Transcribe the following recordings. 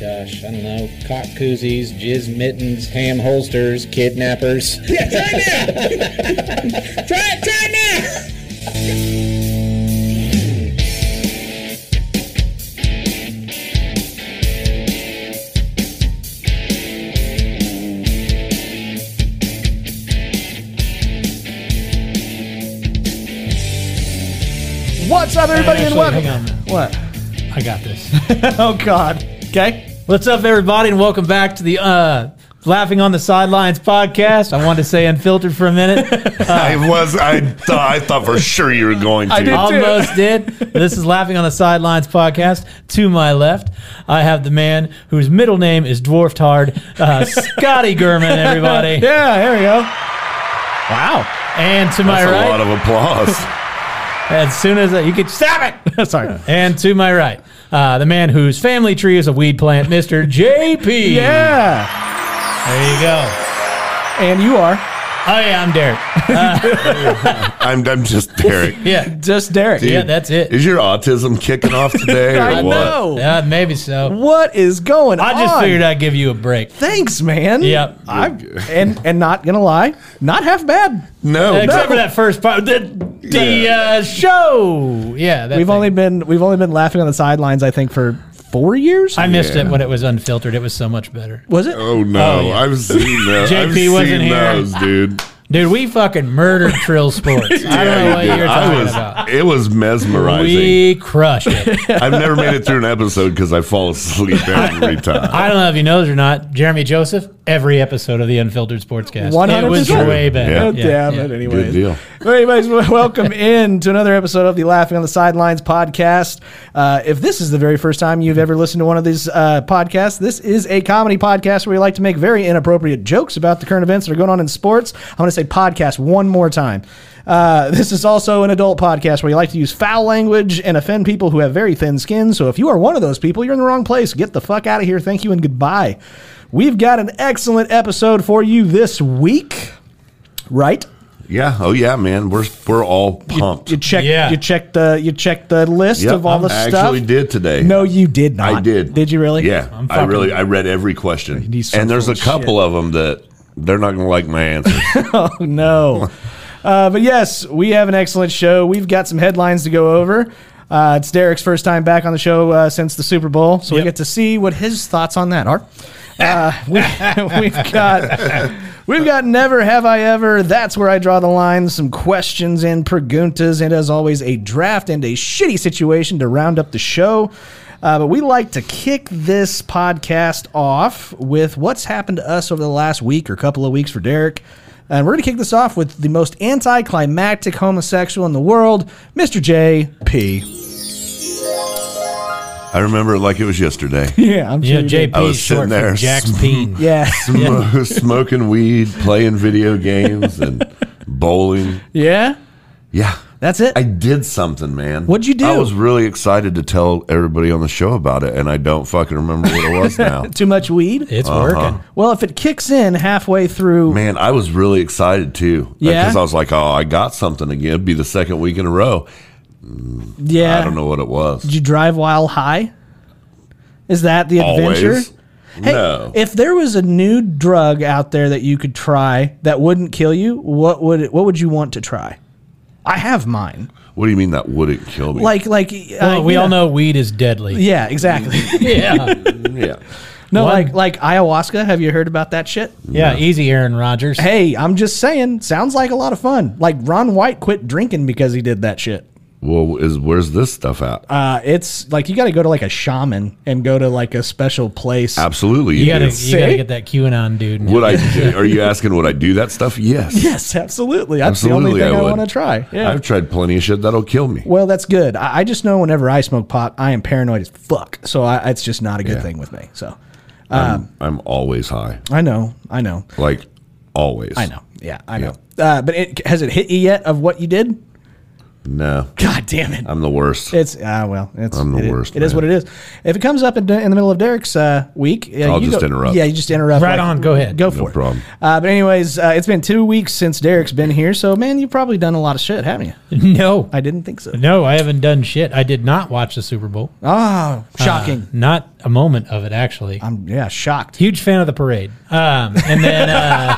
Gosh, I don't know. Cock koozies, jizz mittens, ham holsters, kidnappers. Yeah, try it now. try it, try it What's up, everybody, and Actually, welcome. hang on. What? I got this. oh God. Okay. What's up, everybody, and welcome back to the uh, Laughing on the Sidelines podcast. I wanted to say unfiltered for a minute. I was. I thought. I thought for sure you were going to. I did. Almost did. This is Laughing on the Sidelines podcast. To my left, I have the man whose middle name is dwarfed hard, uh, Scotty Gurman. Everybody. Yeah, here we go. Wow. And to my That's a right, lot of applause. As soon as I, you could stop it. Sorry. And to my right, uh, the man whose family tree is a weed plant, Mr. JP. Yeah. There you go. And you are Oh yeah, I'm Derek. I'm. I'm just Derek. Yeah. just Derek. Yeah, that's it. Is your autism kicking off today or I what? know. Yeah, maybe so. What is going on? I just figured I'd give you a break. Thanks, man. Yep. I and and not gonna lie, not half bad. No. Except for that first part, the, the uh, show. Yeah, that We've thing. only been we've only been laughing on the sidelines. I think for four years. I missed it when it was unfiltered. It was so much better, was it? Oh no! Oh, yeah. I've seen those. I've JP seen wasn't here. those, dude. dude. We fucking murdered Trill Sports. I don't know what Yeah, you're I talking was. about. It was mesmerizing. We crushed it. I've never made it through an episode because I fall asleep every time. I don't know if you know this or not. Jeremy Joseph, every episode of the Unfiltered Sportscast. It was 100%. way better. Yeah. Oh, damn yeah. it. Anyways. Good deal. Well, anyways, well, welcome in to another episode of the Laughing on the Sidelines podcast. Uh, if this is the very first time you've ever listened to one of these uh, podcasts, this is a comedy podcast where we like to make very inappropriate jokes about the current events that are going on in sports. I'm going to say podcast one more time. Uh, this is also an adult podcast where you like to use foul language and offend people who have very thin skin. So if you are one of those people, you're in the wrong place. Get the fuck out of here. Thank you and goodbye. We've got an excellent episode for you this week, right? Yeah. Oh yeah, man. We're we're all pumped. You checked. Yeah. You checked the. You checked the list Yep, of all the I stuff. actually did today. No, you did not. I did. Did you really? Yeah, I really. I read every question, He's so and there's full a of couple of them that they're not going to like my answer. Oh no. uh, but yes, we have an excellent show. We've got some headlines to go over. Uh, it's Derek's first time back on the show uh, since the Super Bowl, so we Yep. get to see what his thoughts on that are. Uh, we, we've got we've got never have I ever. That's where I draw the line. Some questions and preguntas, and as always, a draft and a shitty situation to round up the show. Uh, but we like to kick this podcast off with what's happened to us over the last week or couple of weeks for Derek. And we're going to kick this off with the most anticlimactic homosexual in the world, Mr. J.P. I remember it like it was yesterday. Yeah, I'm You know, you JP I is was short sitting there for Jack's sm- Peen. Yeah. Sm- Smoking weed, playing video games, and bowling. Yeah? Yeah, That's it? I did something, man. What'd you do? I was really excited to tell everybody on the show about it, and I don't fucking remember what it was now. Too much weed? It's working. well, if it kicks in halfway through, Man, I was really excited too. Yeah? Because I was like, oh, I got something again. It'd be the second week in a row. yeah. I don't know what it was. Did you drive while high? Is that the Always. adventure? Hey, no. if there was a new drug out there that you could try that wouldn't kill you, what would it, what would you want to try? I have mine. what do you mean that wouldn't kill me? Like like Well, uh, we yeah. all know weed is deadly. Yeah, exactly. Yeah. yeah. No, One- like like ayahuasca. Have you heard about that shit? yeah. Easy, Aaron Rodgers. Hey, I'm just saying. Sounds like a lot of fun. Like Ron White quit drinking because he did that shit. Well, is where's this stuff at? Uh, it's like you got to go to like a shaman and go to like a special place. Absolutely. you gotta, do. you gotta get that QAnon dude. Would I? do- Are you asking would I do that stuff? Yes. Yes, absolutely. That's Absolutely, the only thing I I, would. want to try. Yeah. I've tried plenty of shit that'll kill me. well, that's good. I, I just know whenever I smoke pot, I am paranoid as fuck. So I, it's just not a good Yeah. thing with me. So I'm, I'm always high, I know. I know. like always. I know. Yeah, I know. Uh, but it, has it hit you yet of what you did? No, God damn it. I'm the worst. It's ah well. It's I'm the it- worst, It is man. what it is. If it comes up in, in the middle of Derek's uh, week, yeah, I'll you just go- interrupt. Yeah, you just interrupt. Right on, go ahead. Go no for it. problem. Uh, but anyways, uh, it's been two weeks since Derek's been here, so man, you've probably done a lot of shit, haven't you? No. I didn't think so. no, I haven't done shit. I did not watch the Super Bowl. Uh, Oh, shocking! Not a moment of it, actually. I'm yeah, shocked. Huge fan of the parade. Um, and then uh,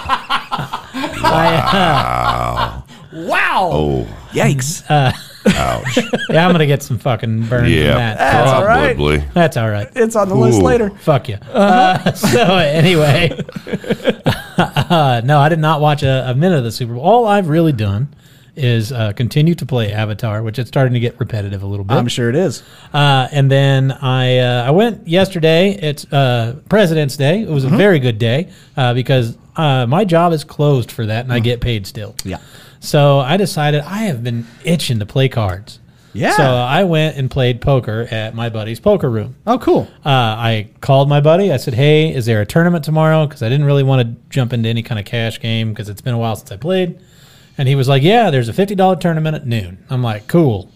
Oh, Yikes! Uh, ouch. yeah, I'm gonna get some fucking burn yeah, from that. That's, all right. probably. that's all right. it's on the list Ooh. later. Fuck you. Uh-huh. Uh, so anyway, uh, no, I did not watch a, a minute of the Super Bowl. All I've really done is uh, continue to play Avatar, which it's starting to get repetitive a little bit. I'm sure it is. Uh, and then I uh, I went yesterday. It's uh, President's Day. It Mm-hmm. was a very good day uh, because uh, my job is closed for that, and I get paid still. Mm. Yeah. So I decided I have been itching to play cards. Yeah. So uh, I went and played poker at my buddy's poker room. Oh, cool. Uh, I called my buddy. I said, "Hey, is there a tournament tomorrow?" Because I didn't really want to jump into any kind of cash game because it's been a while since I played. And he was like, "Yeah, there's a fifty dollar tournament at noon." I'm like, "Cool,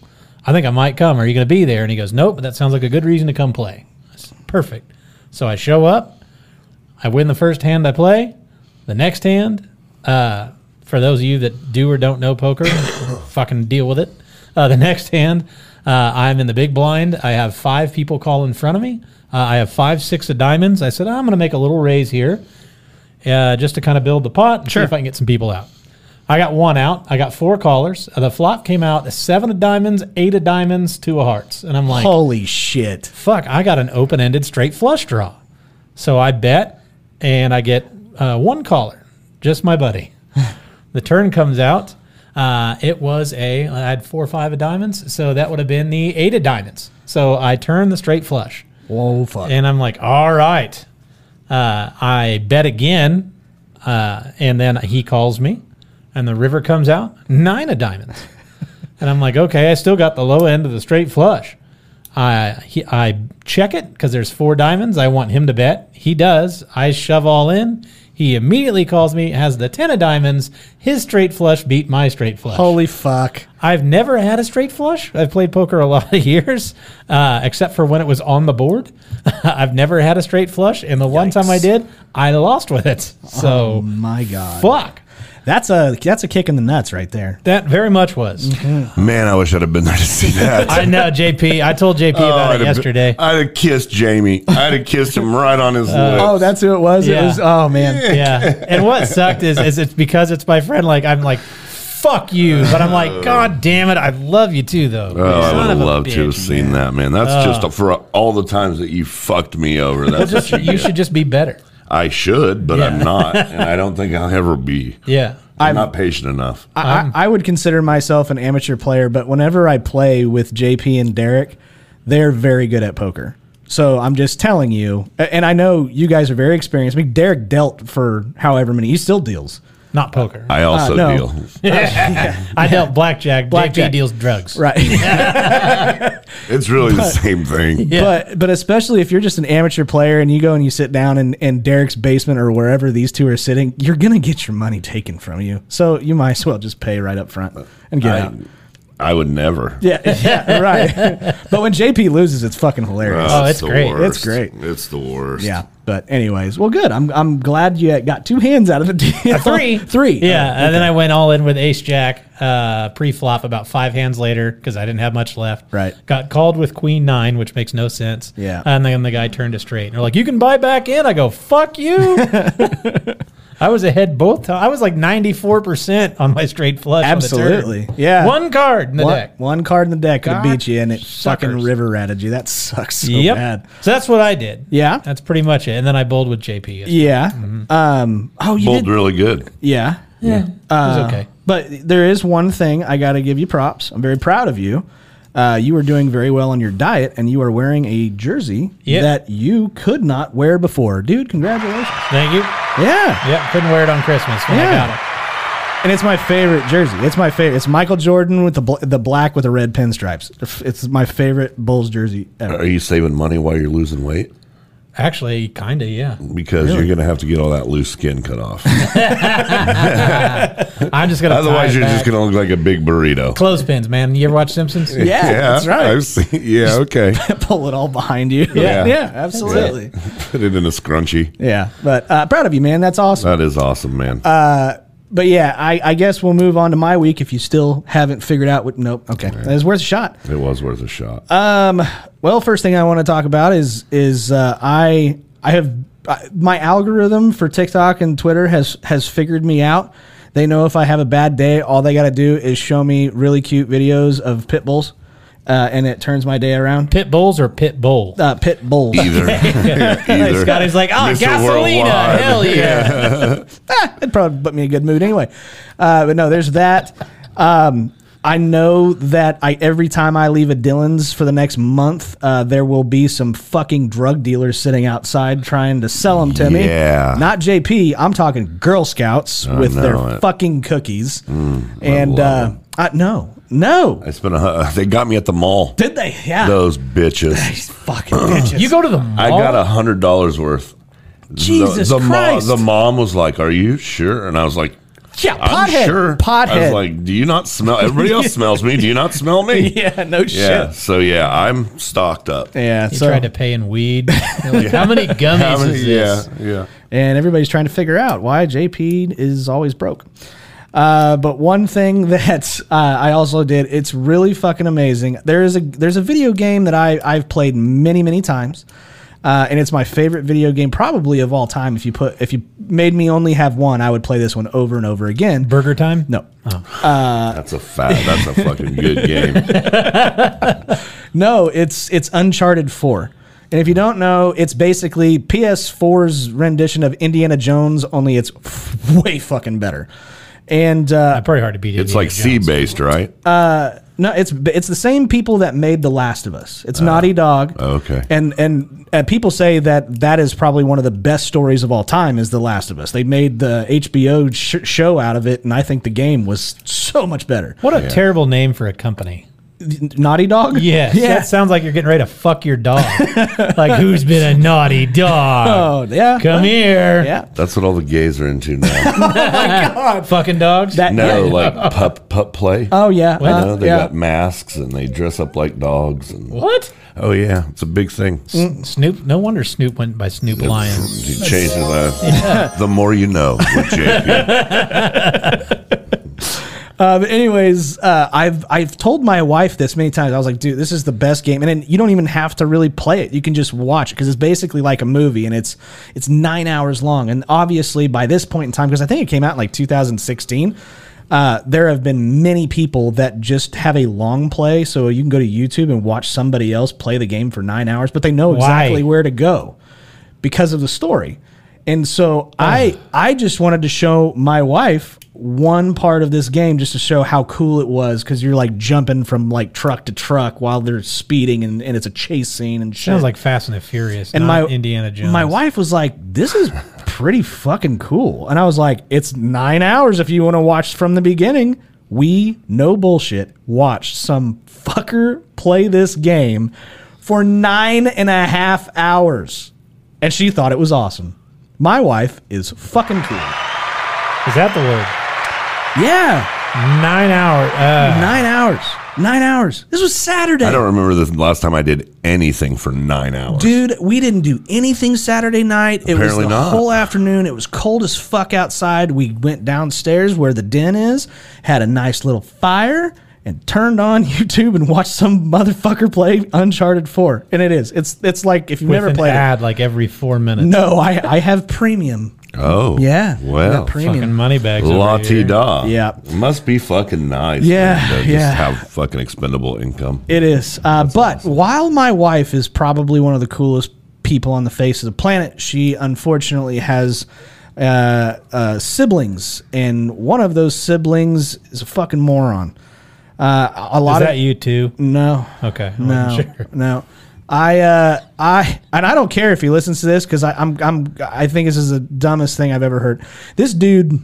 I think I might come. Are you going to be there?" And he goes, "Nope, but that sounds like a good reason to come play." I said, Perfect. So I show up. I win the first hand I play. The next hand, uh, for those of you that do or don't know poker, fucking deal with it. Uh, the next hand, uh, I'm in the big blind. I have five people call in front of me. Uh, I have five, six of diamonds. I said, I'm going to make a little raise here uh, just to kind of build the pot and see if I can get some people out. I got one out. I got four callers. Uh, The flop came out a seven of diamonds, eight of diamonds, two of hearts. And I'm like, Holy shit! fuck, I got an open ended straight flush draw. So I bet and I get uh, one caller, just my buddy. the turn comes out. Uh, it was a, I had four or five of diamonds. So that would have been the eight of diamonds. So I turn the straight flush. Whoa, fuck! And I'm like, all right. Uh, I bet again. Uh, and then he calls me, and the river comes out nine of diamonds. and I'm like, okay, I still got the low end of the straight flush. I, he, I check it because there's four diamonds. I want him to bet. He does. I shove all in. He immediately calls me, has the 10 of diamonds. His straight flush beat my straight flush. Holy fuck! I've never had a straight flush. I've played poker a lot of years, uh, except for when it was on the board. I've never had a straight flush, and the one time I did, I lost with it. Oh So My God, fuck. that's a that's a kick in the nuts right there. That very much was. Man, I wish I'd have been there to see that. I know, JP. I told JP Oh, about I'd it have- yesterday. Uh, I'd have kissed Jamie. I'd have kissed him right on his lip. Oh, that's who it was. It Yeah. was. Oh man. yeah. And what sucked is, is it's because it's my friend. Like I'm like, fuck you, but I'm like, god damn it, I love you too, though. Uh. Oh, I Son would have of a loved to have bitch. Uh. seen that, man. That's just a, for all the times that you fucked me over. That's what you, You should just be better. I should, but I'm Yeah. not, and I don't think I'll ever be. Yeah. I'm, not patient enough. I, Um, I I would consider myself an amateur player, but whenever I play with JP and Derek, they're very good at poker. So I'm just telling you, a- and I know you guys are very experienced. I mean, Derek dealt for however many. He still deals, Not poker. I also no. deal. I dealt blackjack. Blackjack. JP deals drugs. right? It's really the same thing. Yeah. But but especially if you're just an amateur player and you go and you sit down in, in Derek's basement or wherever these two are sitting, you're gonna get your money taken from you. So you might as well just pay right up front and get I, out. I would never. Yeah, yeah, right. but when JP loses, it's fucking hilarious. Oh, it's the great. It's worst. great. It's the worst. Yeah. But anyways, well, good. I'm I'm glad you got two hands out of the deal. Uh, three, three. Uh, Yeah, and then I went all in with Ace Jack uh, pre-flop about five hands later because I didn't have much left. Right. Got called with Queen Nine, which makes no sense. Yeah. And then the guy turned a straight, and they're like, "You can buy back in." I go, "Fuck you." I was ahead both. times. I was like ninety four percent on my straight flush. on the turn. Absolutely. Yeah. One card in the one, deck. one card in the deck could have God beat you, and it fucking suckers. river ratted you. That sucks so yep. bad. So that's what I did. Yeah. That's pretty much it. And then I bowled with JP. It Yeah. Um. Oh, you Bowled did. really good. Yeah. was okay. But there is one thing I got to give you props. I'm very proud of you. Uh, you are doing very well on your diet, and you are wearing a jersey Yeah. that you could not wear before, dude. Congratulations! Thank you. Yeah, Yeah. Couldn't wear it on Christmas when Yeah. I got it. And it's my favorite jersey. It's my favorite. It's Michael Jordan with the bl- the black with the red pinstripes. It's my favorite Bulls jersey ever. Are you saving money while you're losing weight? Actually, kind of, yeah. because you're going to have to get all that loose skin cut off. I'm just going to. Otherwise, you're just going to look like a big burrito. Clothespins, man. You ever watch Simpsons? Yeah, that's right. I've seen, yeah, okay. Pull it all behind you. Yeah. yeah, absolutely. Put it in a scrunchie. Yeah, but uh, proud of you, man. That's awesome. That is awesome, man. But yeah, I, I guess we'll move on to my week if you still haven't figured out what. Nope. Okay. That is worth a shot. it was worth a shot. Well, first thing I want to talk about is is uh, I I have I, my algorithm for TikTok and Twitter has has figured me out. They know if I have a bad day, all they got to do is show me really cute videos of pit bulls, uh, and it turns my day around. Pit bulls or pit bull? Uh, pit bulls. either. either. Scotty's like, oh, Mr. gasolina. Worldwide." Hell yeah. It'd probably put me in a good mood anyway. Uh, but no, there's that. Um, I know that I every time I leave a Dylan's for the next month, uh, there will be some fucking drug dealers sitting outside trying to sell them to me. Yeah. not JP. I'm talking Girl Scouts with their know it. Mm, fucking cookies. and love uh, I, no, no, I spent a, they got me at the mall. did they? Yeah, Those bitches. These fucking bitches. You go to the mall. I got a hundred dollars worth. Jesus the, the mo- Christ. the mom was like, "Are you sure?" And I was like, yeah, "I'm pothead, sure." pothead. I was like, "Do you not smell? Everybody else smells me. Do you not smell me?" yeah, no Yeah. shit. So yeah, I'm stocked up. Yeah, You so tried to pay in weed. You're like, How many gummies How many- is yeah, this? yeah. and everybody's trying to figure out why JP is always broke. Uh, but one thing that uh, I also did, it's really fucking amazing. There is a there's a video game that I I've played many many times, uh, and it's my favorite video game probably of all time. If you put if you made me only have one, I would play this one over and over again. Burger time? no, That's a fat. That's a fucking good game. No, it's it's Uncharted 4. And if you don't know, it's basically PS4's rendition of Indiana Jones, only it's f- way fucking better. And uh, Probably hard to beat. It's like sea based, right? no, it's it's the same people that made The Last of Us. It's Naughty Dog. Oh. okay. And and uh, people say that that is probably one of the best stories of all time is The Last of Us. They made the HBO sh- show out of it, and I think the game was so much better. What a terrible name for a company. Naughty Dog? Yes. yeah. That sounds like you're getting ready to fuck your dog. like, who's been a naughty dog? oh yeah. Come here. Yeah. That's what all the gays are into now. Fucking dogs. That no, like pup pup play. Oh yeah. You uh, know, they yeah. got masks and they dress up like dogs. And what? oh yeah, it's a big thing. Snoop. No wonder Snoop went by Snoop Lion. He changed his life. uh, The more you know with JP. Uh, but anyways, uh, I've I've told my wife this many times. I was like, dude, this is the best game, and then you don't even have to really play it. You can just watch it because it's basically like a movie, and it's it's nine hours long. And obviously, by this point in time, because I think it came out in like 2016. Uh, there have been many people that just have a long play, so you can go to YouTube and watch somebody else play the game for nine hours, but they know exactly where to go because of the story. And so I I just wanted to show my wife one part of this game just to show how cool it was because you're like jumping from like truck to truck while they're speeding and, and it's a chase scene and shit. Sounds like Fast and the Furious. And my Indiana Jones. My wife was like, "This is pretty fucking cool," and I was like, "It's nine hours if you want to watch from the beginning." We no bullshit watched some fucker play this game for nine and a half hours, and she thought it was awesome. My wife is fucking cool. Is that the word? Yeah, Nine hour. Uh, nine hours. Nine hours. This was Saturday. I don't remember the last time I did anything for nine hours. Dude, we didn't do anything Saturday night. It was Apparently the not. whole afternoon. It was cold as fuck outside. We went downstairs where the den is, had a nice little fire, and turned on YouTube and watched some motherfucker play Uncharted 4. And it is. It's it's like if you've with never an played it. ad like every four minutes. No, I, I have premium. Oh. Yeah. I Well. got premium. Fucking money bags. over La here. ti da. Yeah. Must be fucking nice. Yeah, man, to yeah. Just have fucking expendable income. It is. Uh, but while my wife is probably one of the coolest people on the face of the planet, she unfortunately has uh, uh, siblings, and one of those siblings is a fucking moron. Uh, a Is lot that of you too? no, Okay. I no, wasn't sure. no. I, uh, I, and I don't care if he listens to this because I'm, I'm, I think this is the dumbest thing I've ever heard. This dude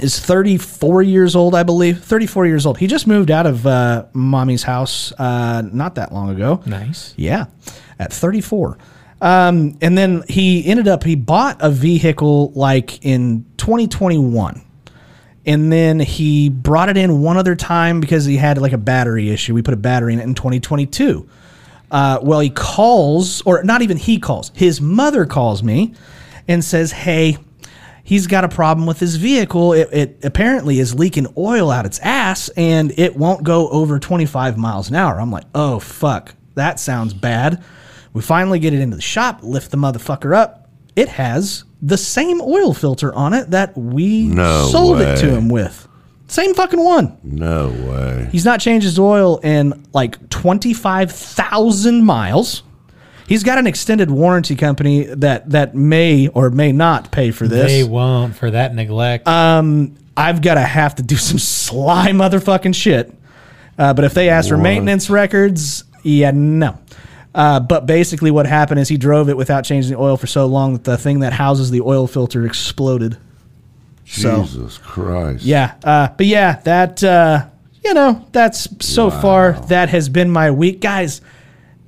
is 34 years old, I believe. 34 years old. He just moved out of uh, mommy's house uh, not that long ago. Nice. Yeah, at 34. Um, and then he ended up he bought a vehicle like in 2021 and then he brought it in one other time because he had like a battery issue. We put a battery in it in 2022. Uh, well, he calls, or not even he calls, his mother calls me and says, Hey, he's got a problem with his vehicle. It, it apparently is leaking oil out its ass and it won't go over 25 miles an hour. I'm like, Oh, fuck, that sounds bad. We finally get it into the shop, lift the motherfucker up. It has the same oil filter on it that we No sold it to way. him with. Same fucking one. No way. He's not changed his oil in like 25,000 miles. He's got an extended warranty company that that may or may not pay for this. They won't for that neglect. Uh, I've got to have to do some sly motherfucking shit. Uh, but if they ask for maintenance records, yeah, no. Uh, but basically, what happened is he drove it without changing the oil for so long that the thing that houses the oil filter exploded. So- Jesus Christ. Yeah. Uh, but yeah, that, uh, you know, that's so far, that has been my week. Guys,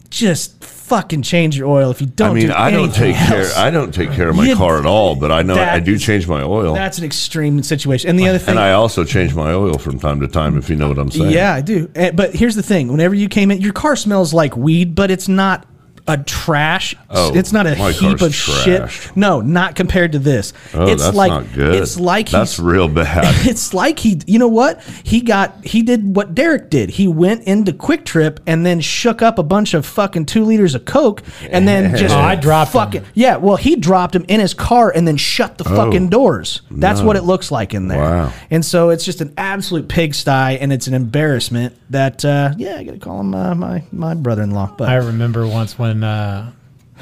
just fucking change your oil if you don't I mean, do I don't anything take care. else. I don't take care of my You- car at all, but I know I That do is- change my oil, That's an extreme situation. And the other thing. and I also change my oil from time to time. If you know what I'm saying. Yeah, I do. Eh, But here's the thing: whenever you came in, your car smells like weed, but it's not a trash. Oh, it's not a my heap car's of trashed. shit. No, not compared to this. Oh, it's that's like not good. it's like that's he's. real bad. It's like he, you know what? He got, he did what Derek did. He went into Quick Trip and then shook up a bunch of fucking two liters of Coke and then just. Oh, I dropped fucking. him. Yeah, well, he dropped him in his car and then shut the fucking doors. That's what it looks like in there. Wow. And so it's just an absolute pigsty and it's an embarrassment that, uh, yeah, I got to call him uh, my, my brother in law. But I remember once when uh,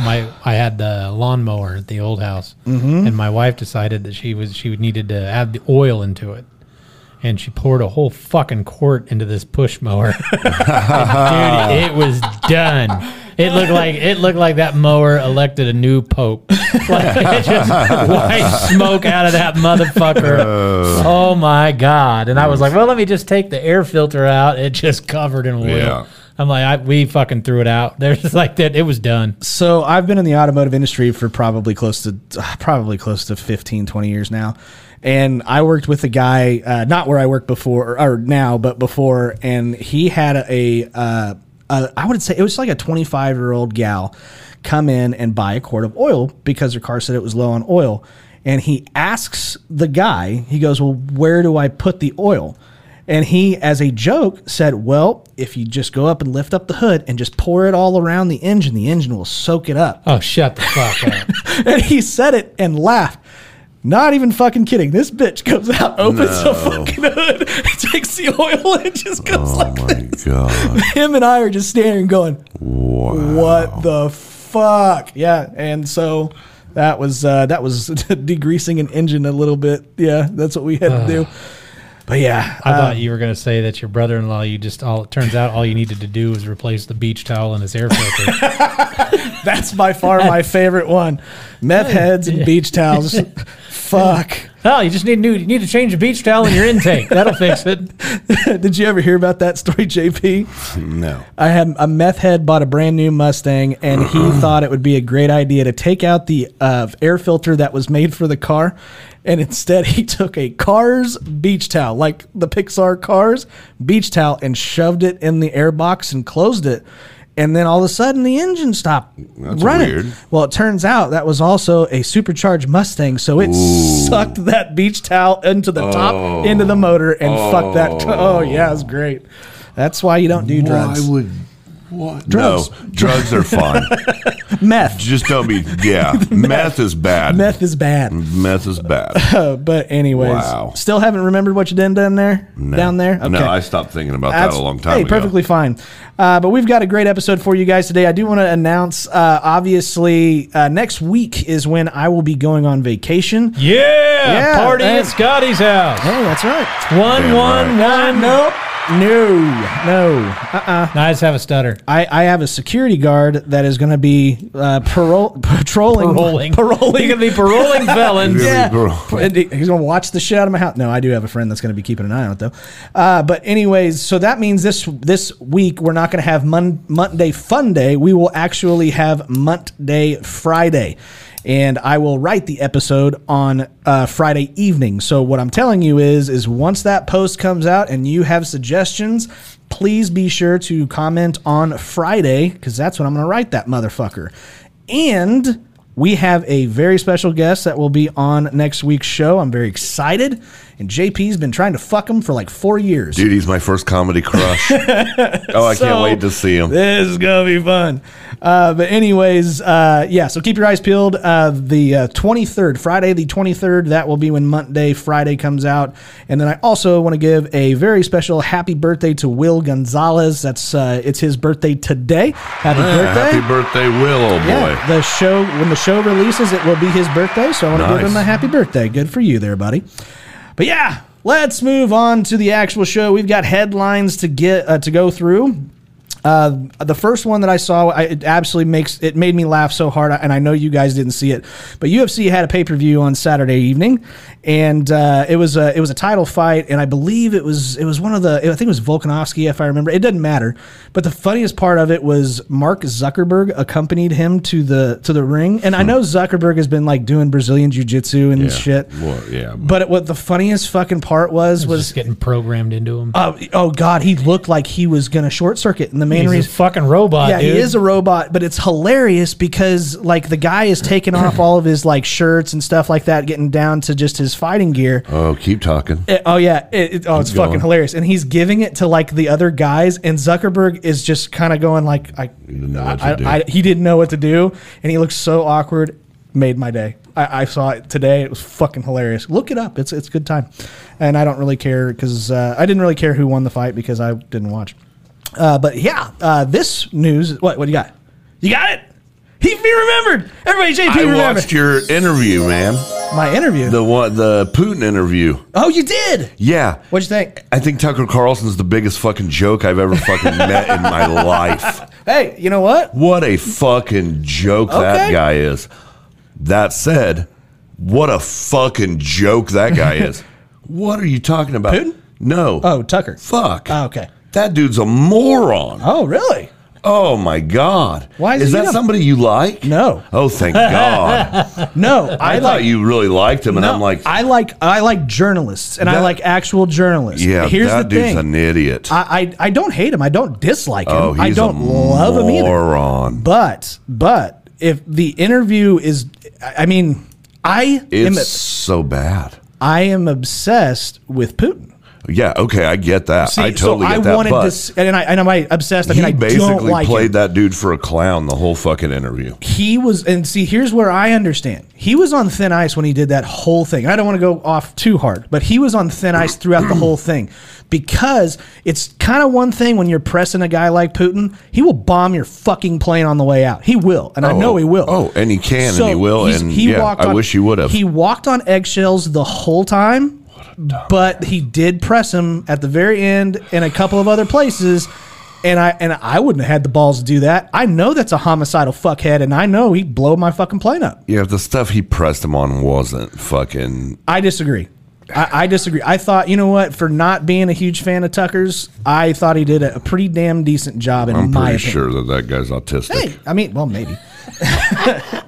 my I had the lawnmower at the old house, Mm-hmm. and my wife decided that she was she needed to add the oil into it, and she poured a whole fucking quart into this push mower. And, dude, it was done. It looked like it looked like that mower elected a new pope. Like it just white smoke out of that motherfucker. oh my god! And I was like, well, let me just take the air filter out. It just covered in oil. Yeah. I'm like, I, we fucking threw it out. There's like that. It was done. so I've been in the automotive industry for probably close to uh, probably close to 15, 20 years now. And I worked with a guy, uh, not where I worked before or now, but before, and he had a, uh, a I would say it was like a 25 year old gal come in and buy a quart of oil because her car said it was low on oil. And he asks the guy, he goes, Well, where do I put the oil? And he, as a joke, said, Well, if you just go up and lift up the hood and just pour it all around the engine, the engine will soak it up. Oh, shut the fuck up. And he said it and laughed. Not even fucking kidding. This bitch goes out, opens the fucking hood, takes the oil, and just goes oh like my god! him and I are just standing going, What the fuck? Yeah. And so that was uh, that was degreasing an engine a little bit. Yeah, that's what we had to do. But yeah, I thought you were going to say that your brother-in-law. You just all. It turns out all you needed to do was replace the beach towel in his air filter. That's by far my favorite one. Meth heads and beach towels. Fuck. oh, you just need new. You need to change the beach towel in your intake. That'll fix it. Did you ever hear about that story, JP? No. I had a meth head bought a brand new Mustang, and he thought it would be a great idea to take out the uh, air filter that was made for the car, and instead he took a Cars beach towel, like the Pixar Cars beach towel, and shoved it in the air box and closed it. And then all of a sudden, the engine stopped That's running. weird. Well, it turns out that was also a supercharged Mustang, so it sucked that beach towel into the top, into the motor, and fucked that. oh, yeah, it's great. That's why you don't do drugs. Why would? What? Drugs. No, drugs are fine. Meth. Just don't be. Yeah, meth is bad. Meth is bad. Meth is bad. Uh, but anyways, Mm. Wow. still haven't remembered what you done done there down there. Okay. No, I stopped thinking about that a long time hey, ago. perfectly fine. Uh, but we've got a great episode for you guys today. I do want to announce, uh, obviously, uh, next week is when I will be going on vacation. Yeah, Yeah, party man. at Scotty's house. Oh, Hey, that's right. One, Damn one, right. one. Nope. No, no. Now I just have a stutter. I, I have a security guard that is going to be uh, parole, patrolling. Paroling. Paroling. You're going to be paroling felons. Really? Yeah. Paroling. And he- He's going to watch the shit out of my house. No, I do have a friend that's going to be keeping an eye on it, though. Uh, but, anyways, so that means this this week we're not going to have Mon- Monday Fun Day. We will actually have Monday Friday. And I will write the episode on uh, Friday evening. So what I'm telling you is, is once that post comes out and you have suggestions, please be sure to comment on Friday because that's when I'm going to write that motherfucker. And we have a very special guest that will be on next week's show. I'm very excited. And JP's been trying to fuck him for like four years. Dude, he's my first comedy crush. oh, I can't wait to see him. This is gonna be fun. Uh, but anyways, uh, yeah. So keep your eyes peeled. Uh, the twenty third, Friday the twenty third. That will be when Monday Friday comes out. And then I also want to give a very special happy birthday to Will Gonzalez. That's uh, it's his birthday today. Happy Yeah, birthday! happy birthday, Will, old Yeah, Oh, boy. the show when the show releases, it will be his birthday. So I want to give Nice. him a happy birthday. Good for you, there, buddy. But yeah, let's move on to the actual show. We've got headlines to get uh, to go through. Uh, the first one that I saw, I, it absolutely makes it made me laugh so hard, and I know you guys didn't see it, but UFC had a pay per view on Saturday evening, and uh, it was a it was a title fight, and I believe it was it was one of the I think it was Volkanovski if I remember. It doesn't matter, but the funniest part of it was Mark Zuckerberg accompanied him to the to the ring, Hmm. and I know Zuckerberg has been like doing Brazilian jiu jitsu and shit. Well, yeah. But it, what the funniest fucking part was Was was just getting programmed into him. uh, oh god, he looked like he was gonna short circuit, and the main He's a reason fucking robot, yeah, dude. he is a robot, but it's hilarious because like the guy is taking off all of his like shirts and stuff like that, getting down to just his fighting gear. Oh, keep talking. Eh, oh yeah, it, it- oh it's going. fucking hilarious, and he's giving it to like the other guys, and Zuckerberg is just kind of going like, I, didn't know what to I, do. I, he didn't know what to do, and he looks so awkward. Made my day. I, I saw it today. It was fucking hilarious. Look it up. It's it's a good time, and I don't really care because uh, I didn't really care who won the fight because I didn't watch. Uh, but yeah, uh, this news. What what do you got? You got it. He, he remembered. Everybody, JP I remembered watched your interview, man. my interview. The one, the Putin interview. oh, you did. Yeah. What'd you think? I think Tucker Carlson's the biggest fucking joke I've ever fucking met in my life. Hey, you know what? What a fucking joke that Okay. guy is. That said, what a fucking joke that guy is. what are you talking about? Putin? No. Oh, Tucker. fuck. Oh, okay. That dude's a moron. Oh, really? Oh my god. Why is is he that up? somebody you like? No. Oh, thank God. No, I, I thought like. you really liked him, and I'm like, I like I like journalists and I That- like actual journalists. yeah, here's that the dude's thing. an idiot. I, I I don't hate him. I don't dislike him. oh, he's I don't a love him either. moron. But but if the interview is, I I mean, I am It's so bad. I am obsessed with Putin. Yeah, okay, I get that. I totally so get I that. wanted but to, s- and I and I obsessed. I mean, he I don't basically like him. played that dude for a clown the whole fucking interview. he was and see here's where i understand he was on thin ice when he did that whole thing i don't want to go off too hard but he was on thin ice throughout the whole thing because it's kind of one thing when you're pressing a guy like putin he will bomb your fucking plane on the way out he will and i know he will Oh, and he can, and he will, he's- and yeah, I on- wish he would have. He walked on eggshells the whole time, but he did press him at the very end in a couple of other places. And I and I wouldn't have had the balls to do that. I know that's a homicidal fuckhead, and I know he'd blow my fucking plane up. Yeah, the stuff he pressed him on wasn't fucking. I disagree. I, I disagree. I thought, you know what, for not being a huge fan of Tucker's, I thought he did a, a pretty damn decent job in I'm my pretty opinion. sure that that guy's autistic. Hey, I mean, well, maybe.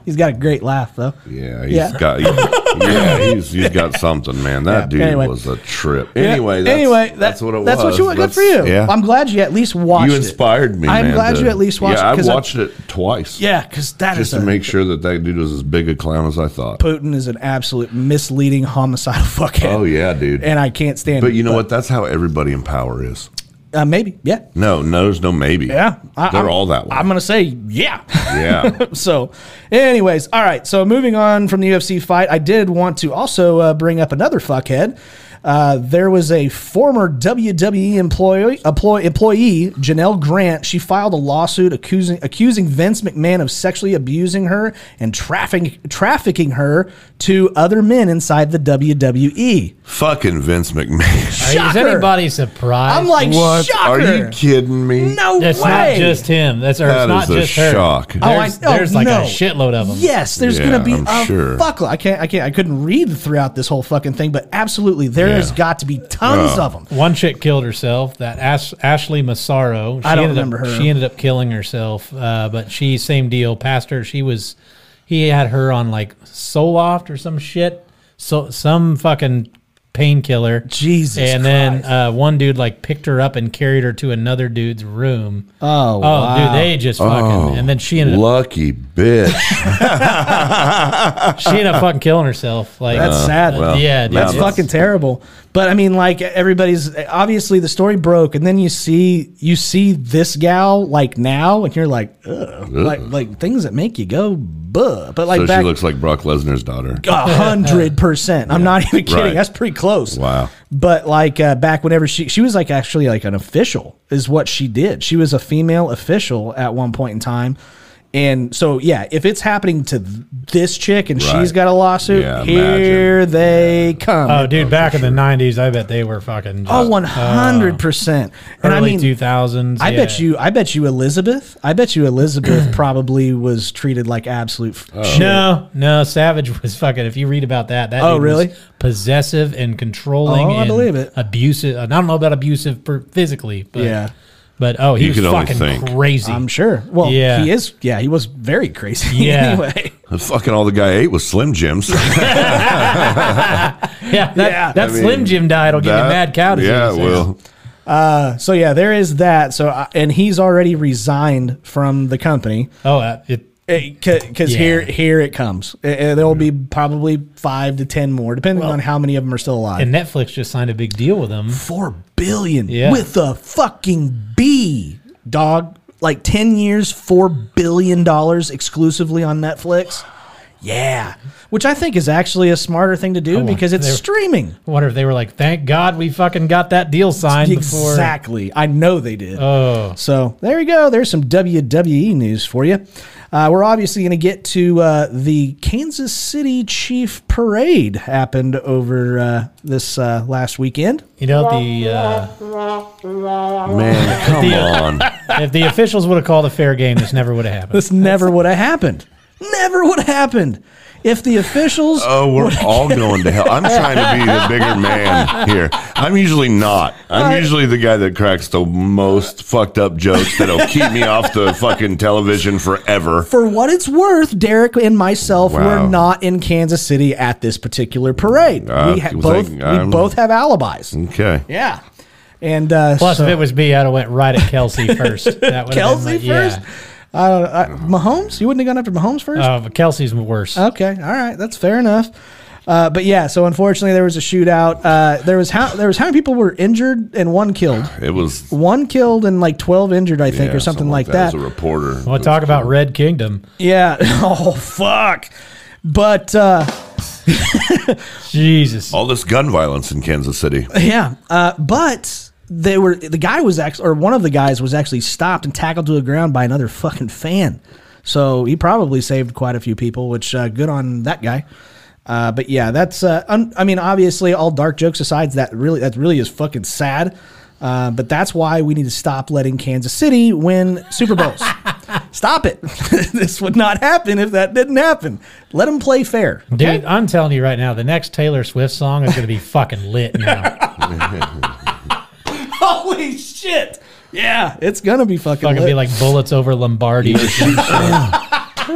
he's got a great laugh though. Yeah, he's Yeah. got. yeah, he's he's got something, man. That dude anyway. was a trip. Anyway, that's, anyway, that- that's what it That's was. what you want. Good for you. That's- Yeah, I'm glad you at least watched. you it. inspired me. I'm man, glad to- you at least watched. Yeah, it 'cause I watched it twice. yeah, because that is just to a, make sure that that dude was as big a clown as I thought. Putin is an absolute misleading homicidal fuckhead. Oh yeah, dude. and I can't stand. but it, you know what? That's how everybody in power is. Uh, maybe. Yeah. No, no, there's no maybe. Yeah. I- they're I'm- all that way. I'm gonna say yeah. yeah, so, anyways, all right. So, moving on from the UFC fight, I did want to also uh, bring up another fuckhead. Uh, there was a former WWE employee, employ, employee, Janelle Grant. She filed a lawsuit accusing, accusing Vince McMahon of sexually abusing her and trafficking, trafficking her to other men inside the WWE. Fucking Vince McMahon. Is Shocker. anybody surprised? I'm like, What? shocker. Are you kidding me? No That's way. not just him. That's or That it's not is a just her. shock. Oh, I- There's, oh, there's like no. a shitload of them. Yes, there's Yeah, gonna be I'm a sure. fuck. lo- I can't. I can't. I couldn't read throughout this whole fucking thing, but absolutely, there has Yeah. Oh. got to be tons of them. One chick killed herself. That Ash, Ashley Massaro. She I don't ended up- remember her. She ended up killing herself, uh, but she same deal. Pastor, she was. He had her on like Soloft or some shit, so some fucking painkiller. Jesus And then uh, one dude like picked her up and carried her to another dude's room. Oh, oh, dude, they just Oh, fucking. And then she ended up Lucky bitch. she ended up fucking killing herself. Like That's sad. Uh, well, yeah, dude. now It's It's fucking terrible. But I mean, like everybody's obviously the story broke, and then you see you see this gal like now, and you're like, Ugh. like like things that make you go, buh. But like So back, she looks like Brock Lesnar's daughter. a hundred percent. I'm not even kidding. Right. That's pretty close. Wow. But like uh, back whenever she she was like actually like an official is what she did. She was a female official at one point in time. And so yeah, if it's happening to th- this chick and Right. she's got a lawsuit, Yeah, here they come. Oh, dude, back in the '90s, I bet they were fucking. Oh, just 100%. and I uh, early mean 2000s. I bet yeah. you I bet you Elizabeth, I bet you Elizabeth probably was treated like absolute Oh, f- shit. No, no, Savage was fucking. If you read about that, that Oh, dude really? was possessive and controlling. Oh, I and believe it. Abusive. I don't know about abusive per, physically, but Yeah. Um, but oh, he You was can only fucking think. crazy. I'm sure. Well, Yeah. he is yeah, he was very crazy Yeah. anyway. Fucking all the guy ate was Slim Jims. yeah, that, Yeah. that I Slim mean, Jim diet will give you That- mad cow disease. Yeah, well, So yeah, there is that. So uh, and he's already resigned from the company Oh, uh, it, because Yeah. here here it comes. Uh, uh, there'll be probably five to ten more, depending on how many of them are still alive. and Netflix just signed a big deal with them. Four billion Yeah. with a fucking B dog. Like ten years, four billion dollars exclusively on Netflix. Yeah, which I think is actually a smarter thing to do well, because it's they're- streaming. I wonder if they were like, "Thank God we fucking got that deal signed before." Exactly. I know they did. Oh, So there you go. There's some WWE news for you. Uh, we're obviously going to get to uh, the Kansas City Chief Parade happened over uh, this uh, last weekend. you know the. Uh, man, come uh, on. if the officials would have called a fair game, this never would have happened. This never would have happened. Never would have happened if the officials. Oh, we're all going to hell. I'm trying to be the bigger man here. I'm usually not. I'm usually the guy that cracks the most fucked up jokes that'll keep me off the fucking television forever. For what it's worth, Derek and myself Wow. were not in Kansas City at this particular parade. we, ha- Ah, it was both, like, I'm- we both have alibis. Okay. Yeah. And uh, Plus, so- if it was me, I'd have went right at Kelsey first. That would Kelsey have been like, first? I don't I, Mahomes? You wouldn't have gone after Mahomes first? Yeah. Uh, but Kelsey's worse. Okay, all right, that's fair enough. Uh, but yeah, so unfortunately there was a shootout. Uh, there was how there was how many people were injured and one killed. It was. One killed and like twelve injured, I think, yeah, or Uh, something, like that. It was a reporter. Well, talk about Red Kingdom. yeah. Oh fuck. But uh, Jesus. All this gun violence in Kansas City. yeah, uh, but they were the guy was actually or one of the guys was actually stopped and tackled to the ground by another fucking fan. So he probably saved quite a few people, which uh, good on that guy. Uh, but yeah, that's uh, un- I mean, obviously, all dark jokes aside, that really that really is fucking sad. Uh, but that's why we need to stop letting Kansas City win Super Bowls. stop it! this would not happen if that didn't happen. Let them play fair. Dude, I'm telling you right now, the next Taylor Swift song is going to be fucking lit now. Holy shit! Yeah, it's gonna be fucking. fucking lit. be like bullets over Lombardi.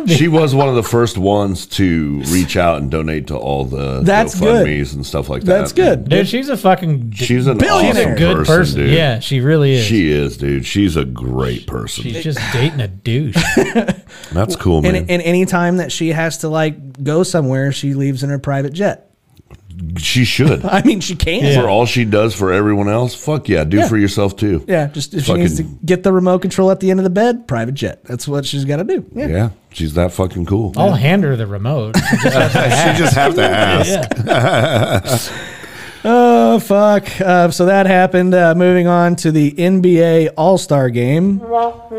She was one of the first ones to reach out and donate to all the That's good. GoFundMe's and stuff like that. That's good. Dude, she's a fucking d- She's an Billionaire. awesome good person. dude. Yeah, she really is. She is, dude. She's a great person. She's just dating a douche. That's cool, man. And, and any time that she has to like go somewhere, she leaves in her private jet. she should. I mean, she can. Yeah, For all she does for everyone else, fuck yeah, do Yeah. for yourself too. just if she needs to Fucking- get the remote control at the end of the bed, private jet. That's what she's got to do. Yeah. Yeah, she's that fucking cool. Oh, I'll hand her the remote. she just have to ask. Yeah. Oh fuck! Uh, so that happened. Uh, moving on to the NBA All Star Game.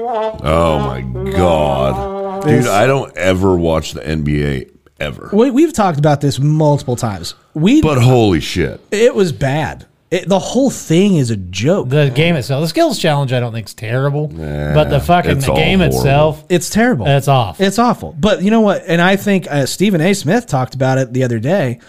Oh my god, dude! I don't ever watch the NBA ever. We, we've talked about this multiple times. We But holy shit, it was bad. It, the whole thing is a joke. The game itself, the skills challenge, I don't think is terrible, but the fucking it's the all game horrible. itself, It's terrible. It's awful. It's awful. But you know what? And I think uh, Stephen A. Smith talked about it the other day.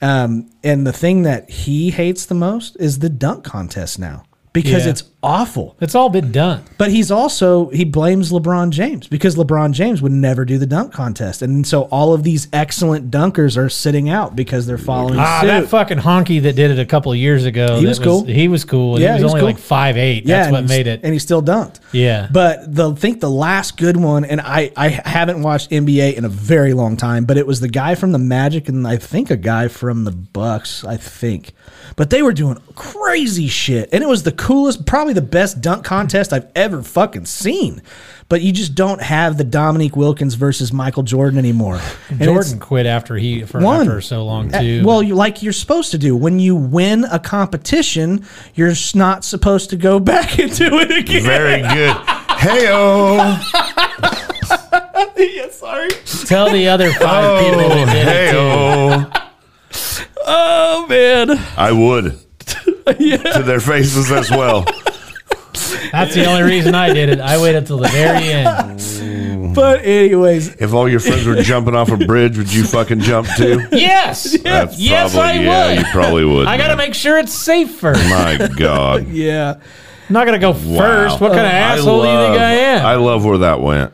Um, and the thing that he hates the most is the dunk contest now because Yeah. it's awful. it's all been done. But he's also he blames LeBron James because LeBron James would never do the dunk contest, and so all of these excellent dunkers are sitting out because they're following Ah, suit. that fucking honky that did it a couple of years ago. He that was cool. He was cool. And Yeah, he he was was, only cool. like five eight. That's and what he's- made it. and he still dunked. Yeah. but the think the last good one, and I I haven't watched NBA in a very long time, but it was the guy from the Magic and I think a guy from the Bucks, I think, but they were doing crazy shit, and it was the coolest, probably the best dunk contest I've ever fucking seen. But you just don't have the Dominique Wilkins versus Michael Jordan anymore. And it's- Jordan quit after he for, One. after so long uh, too. Well, you, like you're supposed to do when you win a competition, you're s- not supposed to go back into it again. very good. Heyo, yeah, sorry. tell the other five people oh that did it too. heyo. Oh man, I would to their faces as well. That's the only reason I did it. I waited till the very end. but anyways, If all your friends were jumping off a bridge, would you fucking jump too? Yes, That's yes, I yeah, would. you probably would. I got to man. make sure it's safe first. My God. yeah, I'm not gonna go first. What kind of I asshole do you love- think I am? I love where that went.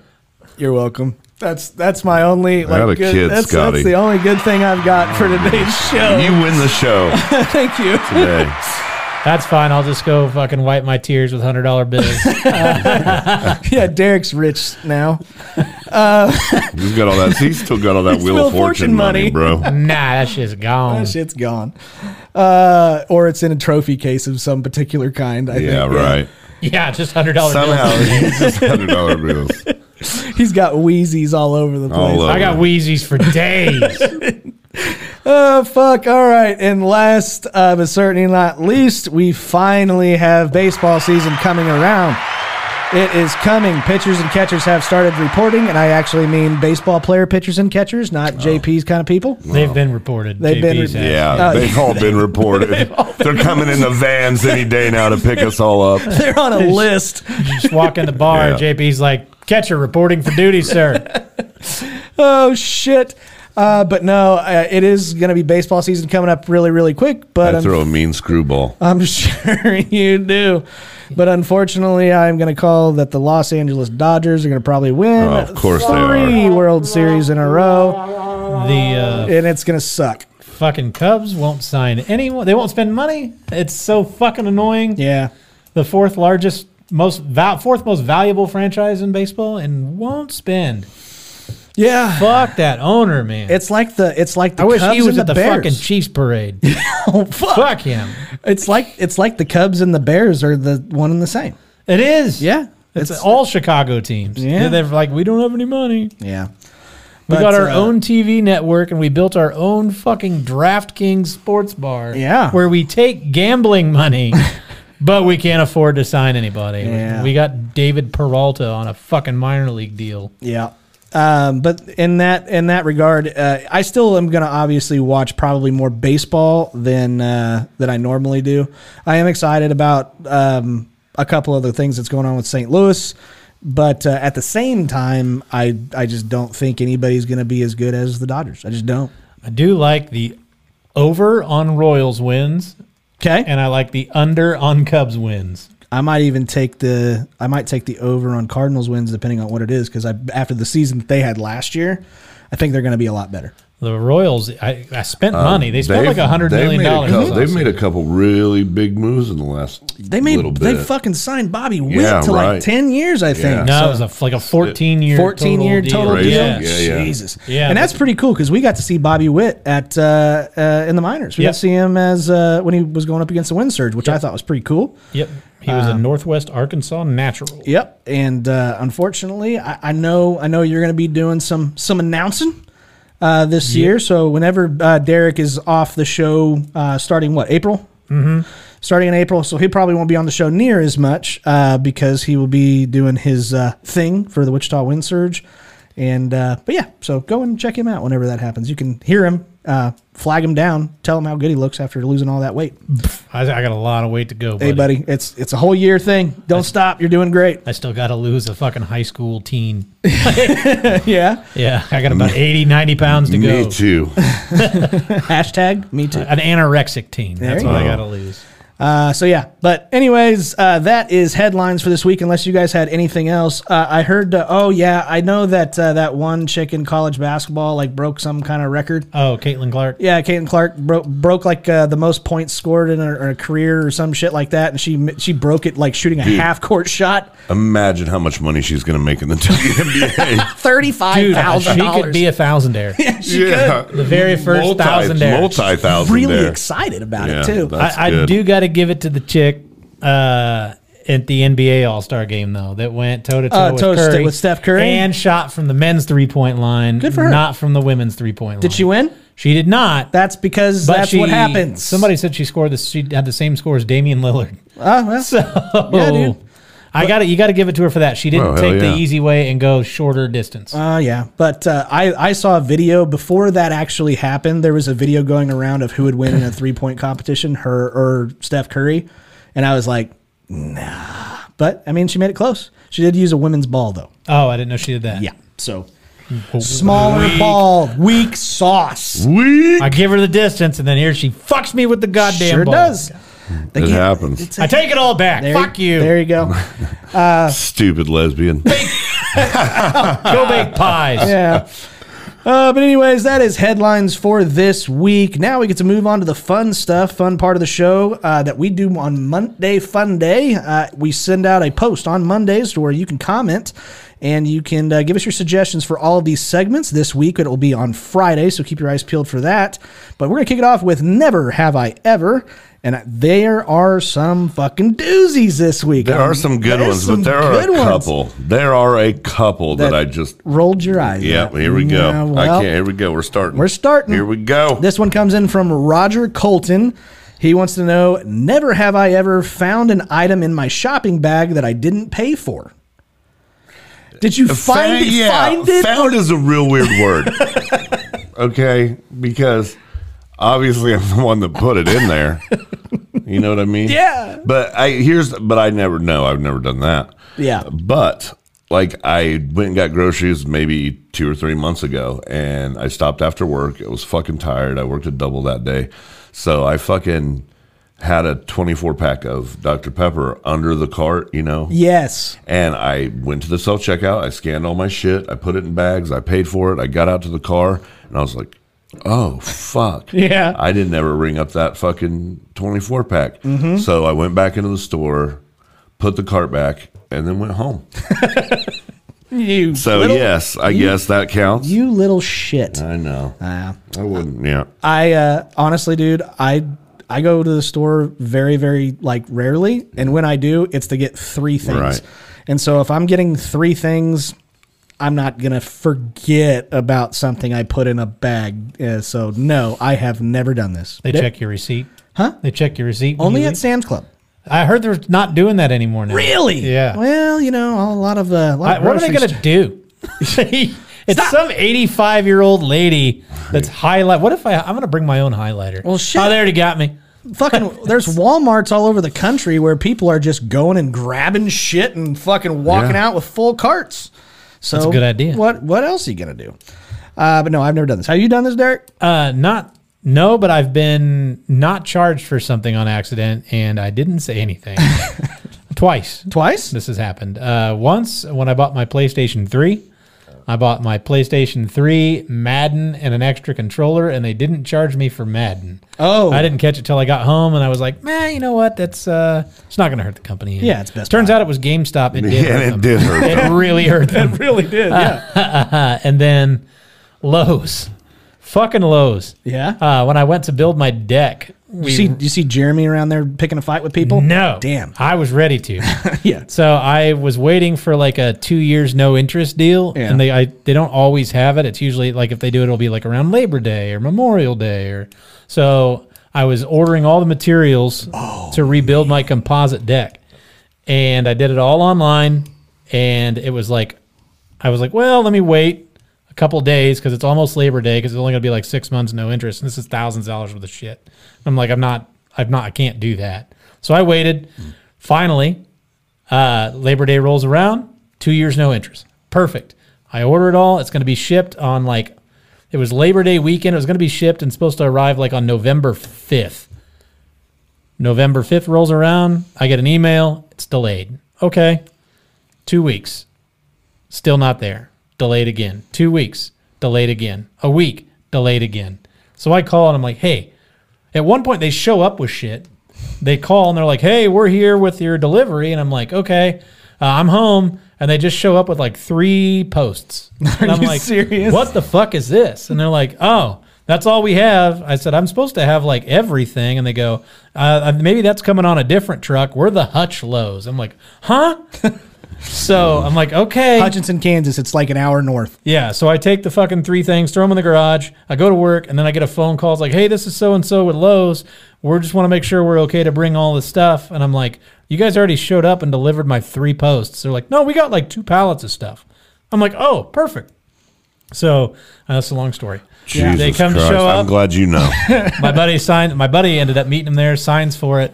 you're welcome. That's that's my only. Like, had a good, kid, that's, Scotty. that's the only good thing I've got for today's show. You win the show Thank you. today. That's fine. I'll just go fucking wipe my tears with hundred dollar bills. yeah, Derek's rich now. He's got all that. He's still got all that Wheel Wheel of of Fortune Fortune money, money. bro. nah, that shit's gone. That shit's gone, uh, or it's in a trophy case of some particular kind. I Yeah, think. right. Yeah, just hundred dollar bills. Somehow he's just hundred dollar bills. He's got Wheezy's all over the place. All over. I got Wheaties for days. Oh, fuck. All right. And last uh, but certainly not least, we finally have baseball season coming around. It is coming. Pitchers and catchers have started reporting, and I actually mean baseball player pitchers and catchers, not JP's kind of people. They've been reported. They've been JP's re- had. Yeah, Oh, they've all been reported. They're coming in the vans any day now to pick us all up. They're on a list. Just walk in the bar, Yeah. JP's like, catcher reporting for duty, sir. Oh, shit. Uh, but no, uh, it is going to be baseball season coming up really, really quick. But I I'm throw a mean screwball. I'm sure you do. But unfortunately, I'm going to call that the Los Angeles Dodgers are going to probably win Oh, of course they are. three World Series in a row, The uh, and it's going to suck. fucking Cubs won't sign anyone. They won't spend money. It's so fucking annoying. Yeah. The fourth largest, most val- fourth most valuable franchise in baseball, and won't spend. Yeah. Fuck that owner, man. It's like the it's like the I wish Cubs he was and at the, Bears. fucking Chiefs parade. oh, fuck. Fuck him. It's like it's like the Cubs and the Bears are the one and the same. It is. Yeah. It's, It's- all Chicago teams. Yeah. They're like, we don't have any money. Yeah. We got our uh, own TV network and we built our own fucking DraftKings sports bar. Yeah. Where we take gambling money, but we can't afford to sign anybody. Yeah. We got David Peralta on a fucking minor league deal. Yeah. Um, but in that in that regard, uh, I still am going to obviously watch probably more baseball than uh, than I normally do. I am excited about um, a couple other things that's going on with St. Louis, but uh, at the same time, I I just don't think anybody's going to be as good as the Dodgers. I just don't. I do like the over on Royals wins Okay, and I like the under on Cubs wins. I might even take the I might take the over on Cardinals wins depending on what it is because I after the season that they had last year, I think they're going to be a lot better. The Royals, I, I spent money. They spent like Uh, They've- a hundred they've million made a dollars. couple- this They've made a offseason. couple really big moves in the last. They made little they bit. fucking signed Bobby Witt Yeah, to right. like ten years, I think. No, So, it was a f like a 14 year 14 total year deal. total deal. Crazy. Yeah. Yeah, yeah. Jesus. Yeah, and but- that's pretty cool because we got to see Bobby Witt at uh, uh, in the minors. We Yep. got to see him as uh, when he was going up against the wind surge, which I thought was pretty cool. Yep. He was a Northwest Arkansas natural. Yep. And uh, unfortunately, I, I know I know you're going to be doing some some announcing. uh, this year. So whenever uh, Derek is off the show, uh, starting what April, mm-hmm. starting in April, so he probably won't be on the show near as much uh, because he will be doing his uh, thing for the Wichita Wind Surge. And uh, but yeah, so go and check him out whenever that happens. You can hear him, uh, flag him down, tell him how good he looks after losing all that weight. I, I got a lot of weight to go, buddy. Hey, buddy, it's it's a whole year thing. Don't stop. You're doing great. I still got to lose a fucking high school teen. Yeah. Yeah, I got about 80, 90 pounds to Me go. too. Hashtag me too. An anorexic teen. That's you what I go. got to lose. Uh, so yeah, but anyways, uh, that is headlines for this week. Unless you guys had anything else, uh, I heard. Uh, oh yeah, I know that uh, that one chick in college basketball like broke some kind of record. Oh, Caitlin Clark. Yeah, Caitlin Clark broke broke like uh, the most points scored in her, her career or some shit like that, and she mi- she broke it like shooting a Dude. half court shot, Imagine how much money she's going to make in the WNBA. thirty five Dude, thousand she could dollars. be a thousandaire. yeah. The very first multi, thousandaire. Multi thousand. really excited about it too. That's I, I good. do got to give it to the chick uh, at the NBA All Star game though that went toe to Uh, toe with toe to Curry with Steph Curry? and shot from the men's three point line. Good for her. Not from the women's three point line. Did she win? She did not. That's because but that's she- what happens. Somebody said she scored this. She had the same score as Damian Lillard. Oh, well, yeah, dude. Oh. I got it. You got to give it to her for that. She didn't Well, Oh, hell take yeah. the easy way and go shorter distance. Uh, yeah, but uh, I I saw a video before that actually happened. There was a video going around of who would win in a three point competition, her or Steph Curry, and I was like, nah. But I mean, she made it close. She did use a women's ball though. oh, I didn't know she did that. Yeah, so Hmm. smaller ball, weak sauce. Weak. I give her the distance, and then here she fucks me with the goddamn sure ball. does. They It can't- happens. I take it all back. There- Fuck you. There you go. Stupid lesbian. Go bake pies. yeah. Uh, but anyways, that is headlines for this week. Now we get to move on to the fun stuff, fun part of the show uh, that we do on Monday Fun Day. Uh, we send out a post on Mondays to where you can comment and you can uh, give us your suggestions for all of these segments. This week it will be on Friday, so keep your eyes peeled for that. But we're gonna kick it off with "Never Have I Ever," and there are some fucking doozies this week. There Um, are some good there's ones, some but there are good a ones. couple. There are a couple that, That- I just. Rolled your eyes. Yeah, at. here we go. Yeah, I well, can't. Here we go. We're starting. We're starting. Here we go. This one comes in from Roger Colton. He wants to know Never have I ever found an item in my shopping bag that I didn't pay for. Did you find, Found- it, find it? Found is a real weird word. okay, because obviously I'm the one that put it in there. You know what I mean? Yeah. But I here's but I never know. I've never done that. Yeah. But like I went and got groceries maybe two or three months ago, and I stopped after work. I was fucking tired. I worked a double that day, so I fucking had a 24 pack of Dr Pepper under the cart. You know. Yes. And I went to the self checkout. I scanned all my shit. I put it in bags. I paid for it. I got out to the car and I was like, oh, fuck. Yeah. I didn't ever ring up that fucking 24 pack. So I went back into the store, put the cart back, and then went home. You So, yes, I guess that counts. you little shit. I know. I wouldn't. Yeah. I uh, honestly, dude, I I go to the store very, very like rarely, and when I do, it's to get three things. Right. And so if I'm getting three things, I'm not gonna forget about something I put in a bag. Uh, so no, I have never done this. They check your receipt. Huh? They check your receipt. when only you at leave. Sam's Club. I heard they're not doing that anymore now. Really? Yeah. Well, you know, a lot of uh, a lot I- of what are they grocery going to do? it's some 85 year old lady that's highlight. What if I, I'm going to bring my own highlighter? Well, shit. Oh, they already got me. fucking there's Walmarts all over the country where people are just going and grabbing shit and fucking walking Yeah. out with full carts. So a good idea. What what else are you gonna do? Uh, but no, I've never done this. Have you done this, Derek? Uh, not, no, but I've been not charged for something on accident and I didn't say anything. Twice. Twice? This has happened. Uh, once when I bought my PlayStation 3, I bought my PlayStation 3, Madden, and an extra controller, and they didn't charge me for Madden. Oh. I didn't catch it till I got home, and I was like, man, you know what? That's uh, it's not going to hurt the company. Yeah, it's Best Turns Buy. out it was GameStop. It did. Yeah, hurt it them. did hurt It really hurt them. really did. Yeah. and then Lowe's. Fucking Lowe's. Yeah? Uh, when I went to build my deck, You we see, you see Jeremy around there picking a fight with people? no Damn. I was ready to. Yeah. So I was waiting for like a two years no interest deal, Yeah. and they I, they don't always have it. It's usually like if they do it, it'll be like around Labor Day or Memorial Day or so. I was ordering all the materials Oh, to rebuild my composite deck, and I did it all online, and it was like I was like, well, let me wait a couple days because it's almost Labor Day because it's only gonna be like six months no interest, and this is thousands of dollars worth of shit. I'm like, I'm not, I'm not, I can't do that. So I waited. Mm. Finally, uh, Labor Day rolls around, two years no interest. Perfect. I order it all. It's going to be shipped on like, it was Labor Day weekend. It was going to be shipped and supposed to arrive like on November 5th. November 5th rolls around. I get an email. It's delayed. Okay. Two weeks. Still not there. Delayed again. Two weeks. Delayed again. A week. Delayed again. So I call and I'm like, hey, at one point they show up with shit they call and they're like, "Hey, we're here with your delivery," and I'm like, "Okay, uh, I'm home." And they just show up with like three posts. Are and I'm you like, serious? What the fuck is this? And they're like, "Oh, that's all we have." I said, "I'm supposed to have like everything," and they go, uh, uh, "Maybe that's coming on a different truck. We're the Hutch Lows." I'm like, "Huh?" so I'm like, "Okay." Hutchinson, Kansas. It's like an hour north. Yeah, so I take the fucking three things, throw them in the garage. I go to work, and then I get a phone call. It's like, "Hey, this is so and so with Lowe's. We just want to make sure we're okay to bring all this stuff." And I'm like, "You guys already showed up and delivered my three posts." They're like, "No, we got like two pallets of stuff." I'm like, "Oh, perfect." So uh, that's a long story. Jesus they come Christ. to show I'm up. glad you know. my buddy signed. My buddy ended up meeting him there. Signs for it,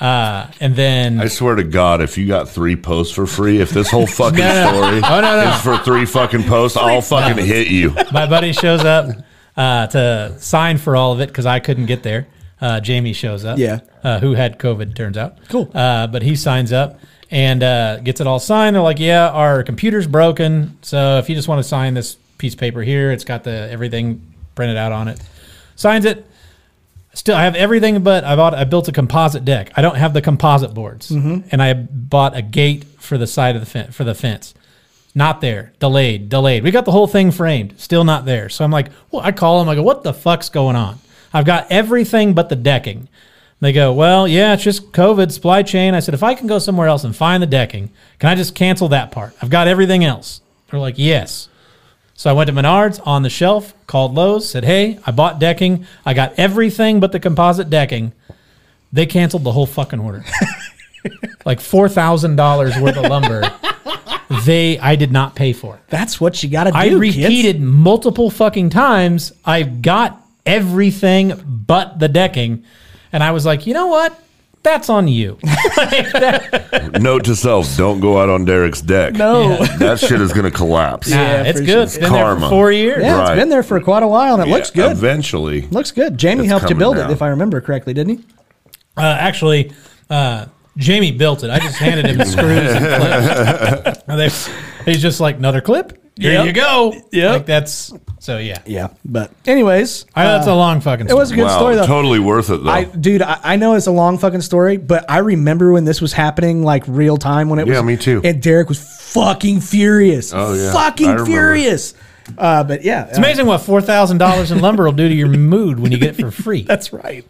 uh, and then I swear to God, if you got three posts for free, if this whole fucking no, no. story Oh, no, no. is for three fucking posts, I'll fucking hit you. my buddy shows up uh, to sign for all of it because I couldn't get there. Uh, Jamie shows up. Yeah. Uh, who had COVID, turns out. Cool. Uh, but he signs up and uh, gets it all signed. They're like, yeah, our computer's broken. So if you just want to sign this piece of paper here, it's got the everything printed out on it. Signs it. Still, I have everything, but I bought. I built a composite deck. I don't have the composite boards, Mm-hmm. and I bought a gate for the side of the fence. For the fence, not there. Delayed, delayed. We got the whole thing framed. Still not there. So I'm like, well, I call them. I go, what the fuck's going on? I've got everything but the decking. They go, well, yeah, it's just COVID supply chain. I said, if I can go somewhere else and find the decking, can I just cancel that part? I've got everything else. They're like, yes. So I went to Menards on the shelf, called Lowe's, said, Hey, I bought decking. I got everything but the composite decking. They canceled the whole fucking order. like $4,000 worth of lumber. They, I did not pay for it. That's what you got to do. I kids. repeated multiple fucking times. I got everything but the decking. And I was like, you know what? That's on you. Like, that- Note to self: Don't go out on Derek's deck. Oh. No, that shit is gonna collapse. nah, it's for good. It's been there Karma. for four years. Yeah, Right. it's been there for quite a while, and it Yeah, looks good. Eventually, looks good. Jamie It's helped you coming build down. it, if I remember correctly, didn't he? Uh, actually, uh, Jamie built it. I just handed him the screws and clips. And they- he's just like, another clip. Here Yep. you go. Yep. Like that's so yeah. Yeah. But anyways, I know that's a long fucking. it Story. was a good wow, story though. totally worth it though. I, dude, I, I know it's a long fucking story, but I remember when this was happening, like real time when it Yeah, was. me too. And Derek was fucking furious. Oh, yeah. I Fucking remember. furious. Uh, but yeah, It's amazing what four thousand dollars in lumber will do to your mood when you get it for free. That's right.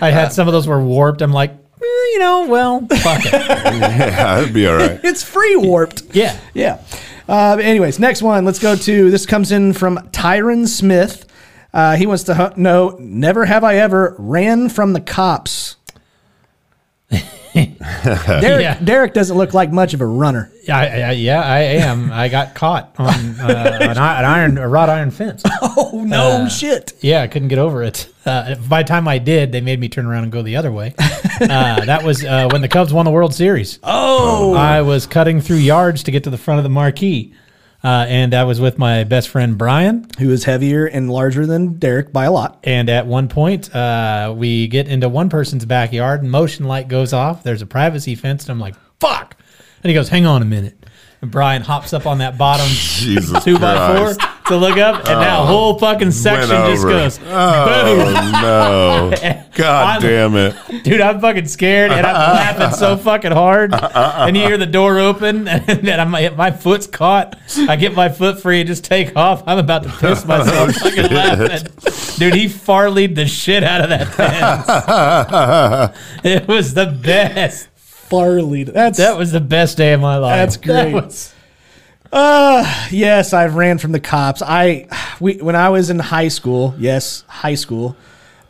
Uh, I had some of those were warped. I'm like, eh, Oh, you know, well, fuck it. yeah, it'd be all right. It's free warped. Yeah. Yeah. Uh, anyways, next one. Let's go to this. Comes in from Tyron Smith. Uh, he wants to hu- know. Never have I ever ran from the cops. Derek, Yeah. Derek doesn't look like much of a runner. Yeah, I, I, yeah, I am. I got caught on uh, an, i- an iron, a wrought iron fence. Oh no, shit! Yeah, I couldn't get over it. Uh, by the time I did, they made me turn around and go the other way. Uh, that was uh, when the Cubs won the World Series. Oh, I was cutting through yards to get to the front of the marquee, uh, and I was with my best friend Brian. Who is heavier and larger than Derek by a lot? And at one point, uh, we get into one person's backyard, and motion light goes off. There's a privacy fence, and I'm like, "Fuck!" And he goes, "Hang on a minute." And Brian hops up on that bottom Jesus two by Christ. four, to look up, and that whole fucking section just over. goes, Oh no! I'm- God damn it! dude, I'm fucking scared, and I'm Uh-huh. laughing so fucking hard. Uh-uh. And you hear the door open, and then I'm, my foot's caught. I get my foot free and just take off. I'm about to piss Oh, myself fucking laughing. Dude, he farleyed the shit out of that fence. it was the best. Farley. That's That was the best day of my life. That's great. That was- ah, yes. I've ran from the cops. I we when I was in high school. Yes, high school,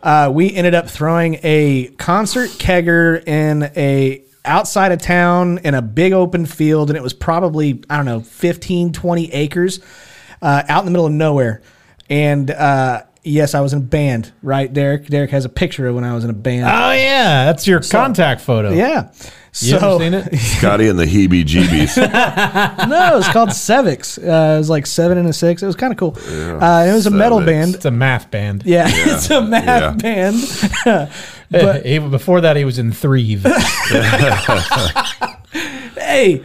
uh, we ended up throwing a concert kegger in a outside of town in a big open field, and it was probably I don't know 15, 20 acres, uh, out in the middle of nowhere. And uh, yes, I was in a band, right, Derek? Derek has a picture of when I was in a band. oh yeah, that's your contact photo. yeah. you So ever seen it? Scotty and the heebie-jeebies. no, it was called Sevix. Uh, it was like seven and a six. It was kind of cool. uh, it was a metal Sevix. band. It's a math band. Yeah, it's a math Yeah. band. He- before that, he was in Threve. hey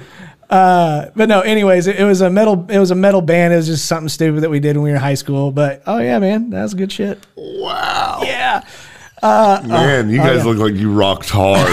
uh but no anyways it, it was a metal it was a metal band it was just something stupid that we did when we were in high school but oh yeah man that's good shit wow, yeah man, you guys look like you rocked hard.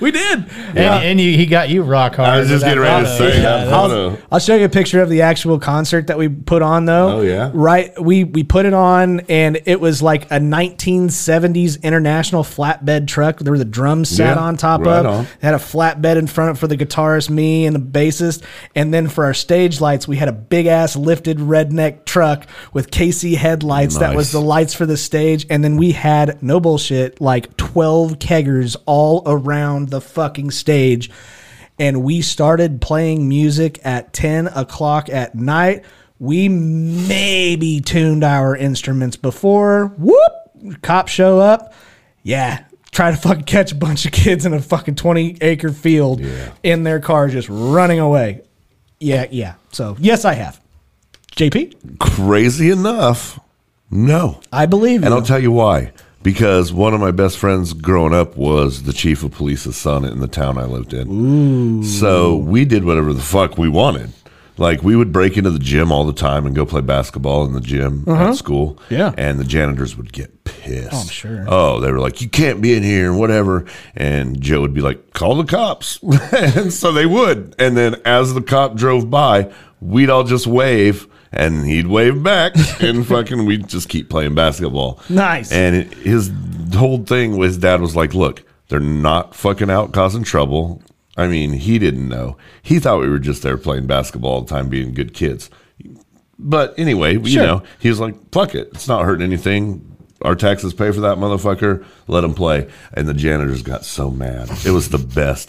we did And, and you, he got you rock hard. I was just with getting that ready to motto. say that I'll, photo. I'll show you a picture of the actual concert that we put on though Oh, yeah? right we we put it on and it was like a 1970s international flatbed truck there were the drums sat Yeah, on top right of on. It had a flatbed in front for the guitarist me and the bassist and then for our stage lights we had a big ass lifted redneck truck with kc headlights that was Nice. the lights for the stage and then we had no bullshit like 12 keggers all around the fucking stage and we started playing music at 10 o'clock at night. We maybe tuned our instruments before. Whoop! Cops show up. Yeah. Try to fucking catch a bunch of kids in a fucking 20 acre field in their car just running away. Yeah, yeah. So, yes, I have. JP, Crazy enough, no. I believe And you. I'll tell you why. Because one of my best friends growing up was the chief of police's son in the town I lived in. So we did whatever the fuck we wanted. Like we would break into the gym all the time and go play basketball in the gym at school. Yeah. And the janitors would get pissed. Oh, I'm sure. Oh, they were like, You can't be in here and whatever. And Joe would be like, Call the cops. and so they would. And then as the cop drove by, we'd all just wave and he'd wave back and fucking we'd just keep playing basketball. Nice. And it, his whole thing was dad was like, look, they're not fucking out causing trouble. I mean, he didn't know. He thought we were just there playing basketball all the time, being good kids. But anyway, you know, he was like, fuck it. It's not hurting anything. Our taxes pay for that motherfucker. Let him play. And the janitors got so mad. It was the best,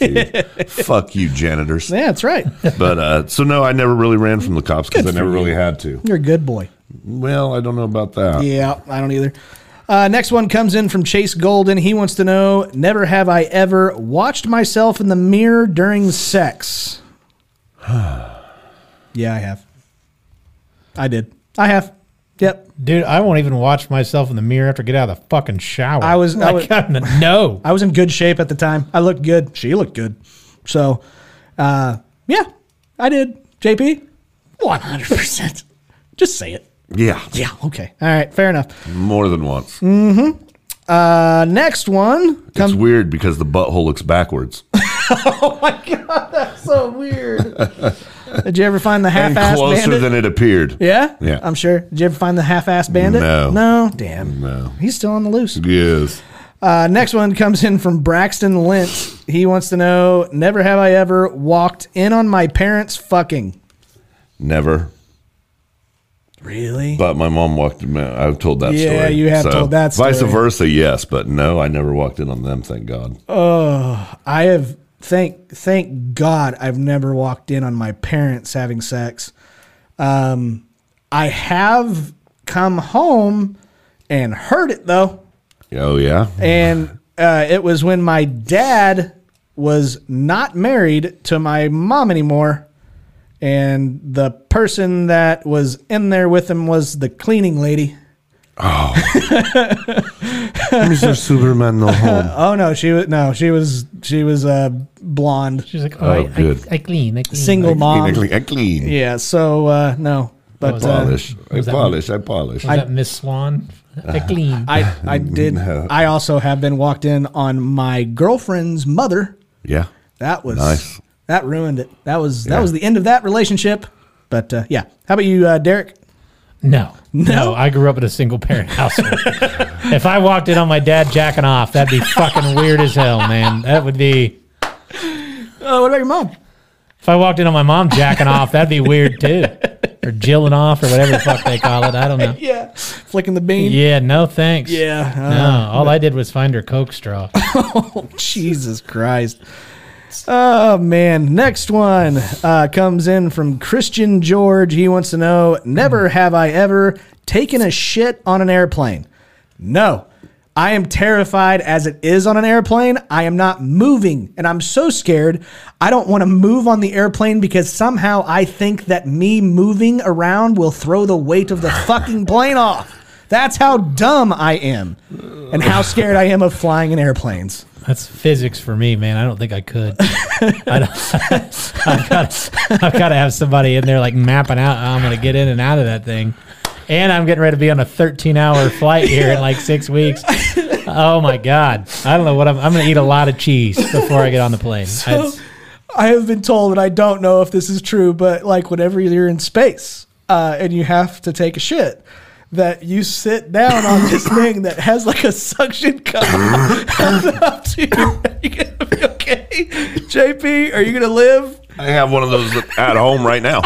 dude. fuck you, janitors. yeah, that's right. But uh, so, no, I never really ran from the cops because I never really had to. You're a good boy. Well, I don't know about that. Yeah, I don't either. Uh, next one comes in from Chase Golden. He wants to know Never have I ever watched myself in the mirror during sex. yeah, I have. I did. I have. Yep. Dude, I won't even watch myself in the mirror after I get out of the fucking shower. I was- I like, was no. I was in good shape at the time. I looked good. She looked good. So, uh, yeah, I did. JP? 100%. Just say it. Yeah. Yeah, okay. All right, fair enough. More than once. Uh, next one It's weird because the butthole looks backwards. so weird. Did you ever find the and half-ass closer bandit? than it appeared. yeah, Yeah. I'm sure. Did you ever find the half-ass bandit? No. no, damn. No. He's still on the loose. Yes. Uh, next one comes in from Braxton Lent. He wants to know: Never have I ever walked in on my parents fucking. Never. Really? But my mom walked in. I've told that Yeah, story. you have told that story. Vice versa, yes. But no, I never walked in on them, thank God. Oh. I have. Thank thank God I've never walked in on my parents having sex. Um, I have come home and heard it though. Oh, yeah? and uh, it was when my dad was not married to my mom anymore and the person that was in there with him was the cleaning lady Mr. Superman, no home. oh no she was no she was she was uh, blonde She's like, oh, Oh, I, good. I, I clean, I clean. single Oh, mom Clean, clean, clean. yeah so uh, no But uh, Polish. I that- polish. I polish. Was that Miss Swan? I clean. I I did. No. I also have been walked in on my girlfriend's mother. yeah. That was Nice. That ruined it. That was that Yeah. was the end of that relationship. But uh, yeah, how about you, uh, Derek? no, no. I grew up in a single parent household. if I walked in on my dad jacking off, that'd be fucking weird as hell, man. That would be. Uh, what about your mom? If I walked in on my mom jacking off, that'd be weird too, or jilling off, or whatever the fuck they call it. I don't know. Yeah, flicking the bean. Yeah, no thanks. Yeah, uh, No, all I did was find her coke straw. Jesus Christ. Oh man! Next one uh, comes in from Christian George. He wants to know: Never have I ever taken a shit on an airplane. No, I am terrified as it is on an airplane. I am not moving, and I'm so scared. I don't want to move on the airplane because somehow I think that me moving around will throw the weight of the fucking plane off. That's how dumb I am, and how scared I am of flying in airplanes. That's physics for me, man. I don't think I could. I don't, I've got I've got to have somebody in there like mapping out how I'm going to get in and out of that thing. And I'm getting ready to be on a 13 hour flight here in like six weeks. Oh my god! I don't know what I'm. I'm going to eat a lot of cheese before I get on the plane. It's- I have been told, and I don't know if this is true, but like whenever you're in space uh, and you have to take a shit, that you sit down on this thing that has like a suction cup held up to you. Are you gonna be okay, JP? Are you gonna live? I have one of those at home right now.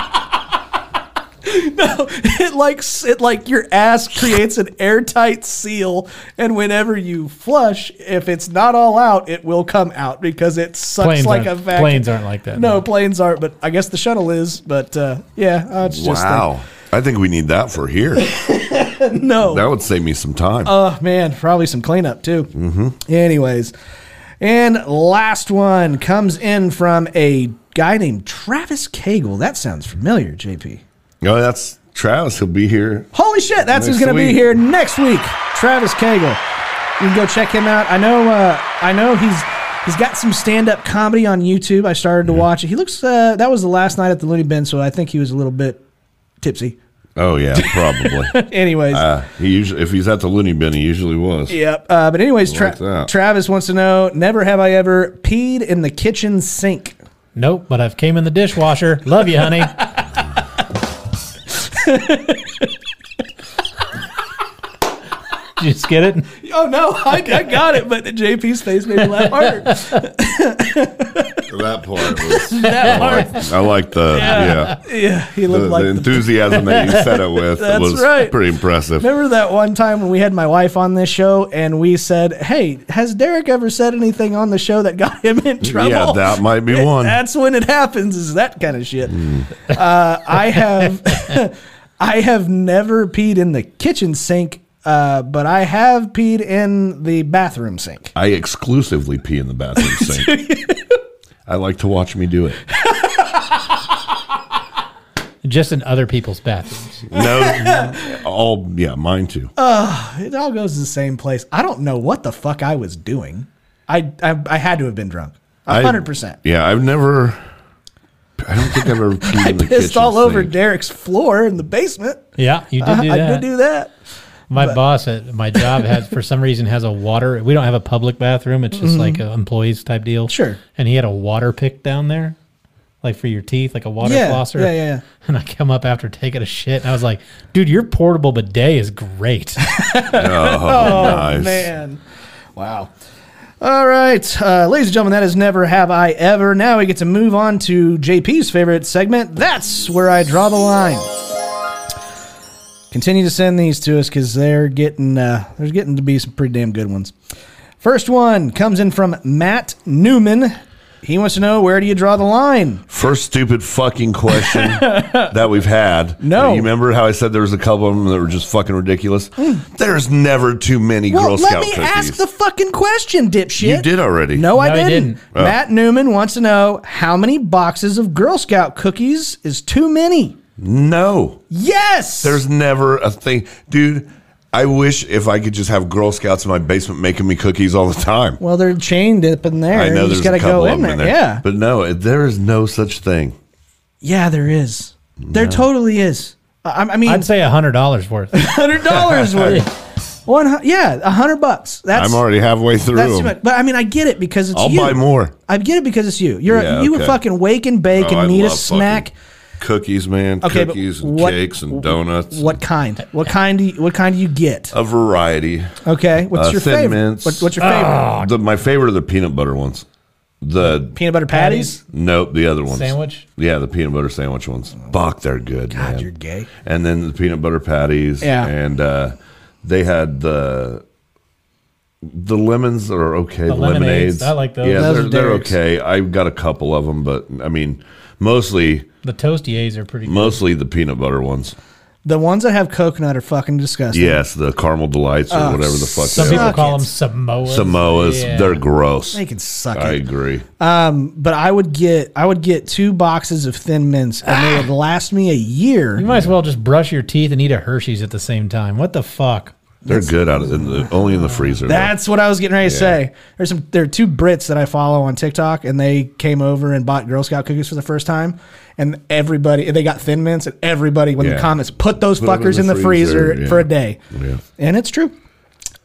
It like s- it like your ass creates an airtight seal, and whenever you flush, if it's not all out, it will come out because it sucks planes, like a aren't, vacuum. planes aren't like that. No, planes aren't, but I guess the shuttle is. But uh, yeah, uh, it's just like, Wow. I think we need that for here. no. That would save me some time. Oh man, probably some cleanup too. Mm-hmm. Anyways, and last one comes in from a guy named Travis Cagle. That sounds familiar, JP. no, Oh, that's Travis. He'll be here. Holy shit, that's who's Next going to be week. here next week. Travis Cagle. You can go check him out. I know. Uh, I know he's he's got some stand up comedy on YouTube. I started to watch it. He looks. Uh, that was the last night at the Looney Bin, so I think he was a little bit tipsy. Oh yeah, probably. Anyways, uh, he usually, if he's at the loony bin, he usually was. Yep. Uh, but anyways, Tra- like that. Travis wants to know: Never have I ever peed in the kitchen sink. Nope. But I've came in the dishwasher. Love you, honey. Just get it. Oh no, I, I got it, but JP's face made me laugh harder. That part was. I, like, I like the yeah, yeah, he the, looked like. the The, enthusiasm that you said it with That's was right. pretty impressive. remember that one time when we had my wife on this show and we said, "Hey, has Derek ever said anything on the show that got him in trouble?" Yeah, that might be It- one. That's when it happens. Is that kind of shit? Uh, I have, I have never peed in the kitchen sink, uh, but I have peed in the bathroom sink. I exclusively pee in the bathroom sink. I like to watch me do it. Just in other people's bathrooms. No, all yeah, mine too. It all goes to the same place. I don't know what the fuck I was doing. I I, I had to have been drunk. I- hundred percent. Yeah, I've never. I don't think I've ever peed in the Pissed kitchen all over sink. Derek's floor in the basement. Yeah, you did do Uh, I that. did do that. my boss at my job has, for some reason, has a water. We don't have a public bathroom. It's just like a employees type deal. Mm-hmm. Sure. And he had a water pick down there, like for your teeth, like a water Yeah, flosser. yeah, yeah, yeah. And I come up after taking a shit, and I was like, "Dude, your portable bidet is great." Oh, nice. Man. Wow. All right, uh, ladies and gentlemen, that is never have I ever. Now we get to move on to JP's favorite segment. That's where I draw the line. Continue to send these to us because they're getting uh, there's getting to be some pretty damn good ones. First one comes in from Matt Newman. He wants to know where do you draw the line? First stupid fucking question that we've had. No. you remember how I said there was a couple of them that were just fucking ridiculous. There's never too many Hmm. Well, Girl let Scout me cookies. ask the fucking question, dipshit. you did already. No, I No, he didn't. didn't. Oh. Matt Newman wants to know how many boxes of Girl Scout cookies is too many. no. Yes. There's never a thing, dude. I wish if I could just have Girl Scouts in my basement making me cookies all the time. well, they're chained up in there. I know you there's just got to a couple go of in them there. in there. Yeah. But no, there is no such thing. yeah, there is. There totally is. I, I mean, I'd say hundred dollars worth. hundred dollars worth. One, hu- yeah, a hundred bucks. That's I'm already halfway through. that's too 'em. much. But I mean, I get it because it's I'll you. buy more. I get it because it's you. You're Yeah, you okay. fucking wake and bake Oh, I and need a love fucking snack. Cookies, man. Okay, but cookies and what- cakes and donuts. What kind? What kind do you, what kind do you get? A variety. Okay, what's Uh, your Thin favorite? Mints. What, what's your favorite? The, my favorite are the peanut butter ones. The Peanut butter patties. nope, the other ones. Sandwich? Yeah, the peanut butter sandwich ones. Fuck, they're good. God, man. You're gay. and then the peanut butter patties. Yeah. and uh, they had the the lemons are okay. The lemonades, lemonades, I like those. Yeah, Those they're, are they're Derek's. okay. I've got a couple of them, but I mean, mostly The toasties are pretty. good. mostly the peanut butter ones. The ones that have coconut are fucking disgusting. Yes, the caramel delights or whatever the fuck. Some they people are. call them Samoas. Samoas. Yeah. They're gross. They can suck I it. agree. But I would get I would get two boxes of Thin Mints, and they would last me a year. You might as well just brush your teeth and eat a Hershey's at the same time. What the fuck? They're good out of in the, only in the freezer. though. That's what I was getting ready to say. There's some there are two Brits that I follow on TikTok and they came over and bought Girl Scout cookies for the first time and everybody they got thin mints and everybody when the Yeah. comments put those Put 'em fuckers in the, freezer, yeah. for a day. Yeah. And it's true.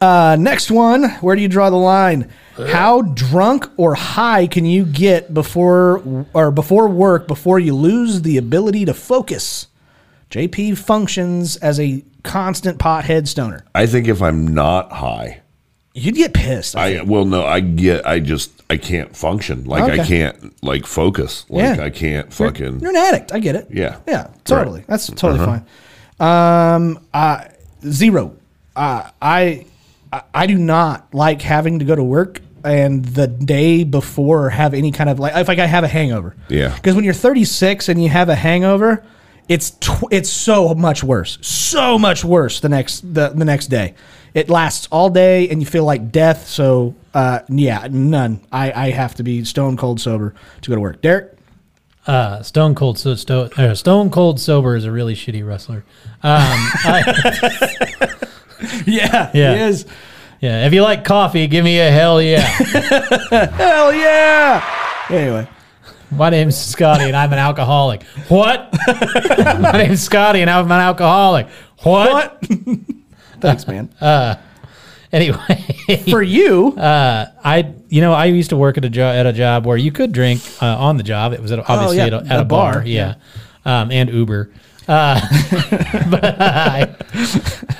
Uh, next one, where do you draw the line? How drunk or high can you get before or before work before you lose the ability to focus? JP functions as a constant pothead stoner. I think if I'm not high, You'd get pissed. I well no, I get I just I can't function. Like Okay. I can't like focus. Like Yeah. I can't You're- fucking You're, an addict. I get it. Yeah. Yeah. Right. Mm-hmm. Uh-huh. Totally. That's totally fine. Um. Uh. Zero. Uh. I. I- I do not like having to go to work and the day before have any kind of like if like I have a hangover. Yeah. Because when you're 36 and you have a hangover, it's tw- it's so much worse. So much worse the next the, the next day. It lasts all day and you feel like death. So uh, yeah, none. I, I have to be stone cold sober to go to work. Derek. Uh, Stone Cold so, sto, uh, Stone Cold Sober is a really shitty wrestler. Um, I- Yeah, Yeah. he is. yeah, if you like coffee, give me a hell yeah. Hell yeah! Anyway, My name's Scotty and I'm an alcoholic. What? My name's Scotty and I'm an alcoholic. What? thanks, man. Anyway, For you, uh, I you know I used to work at a job at a job where you could drink uh, on the job. It was at, obviously yeah, at, a, at a bar, yeah, Um, and Uber. Uh, but I,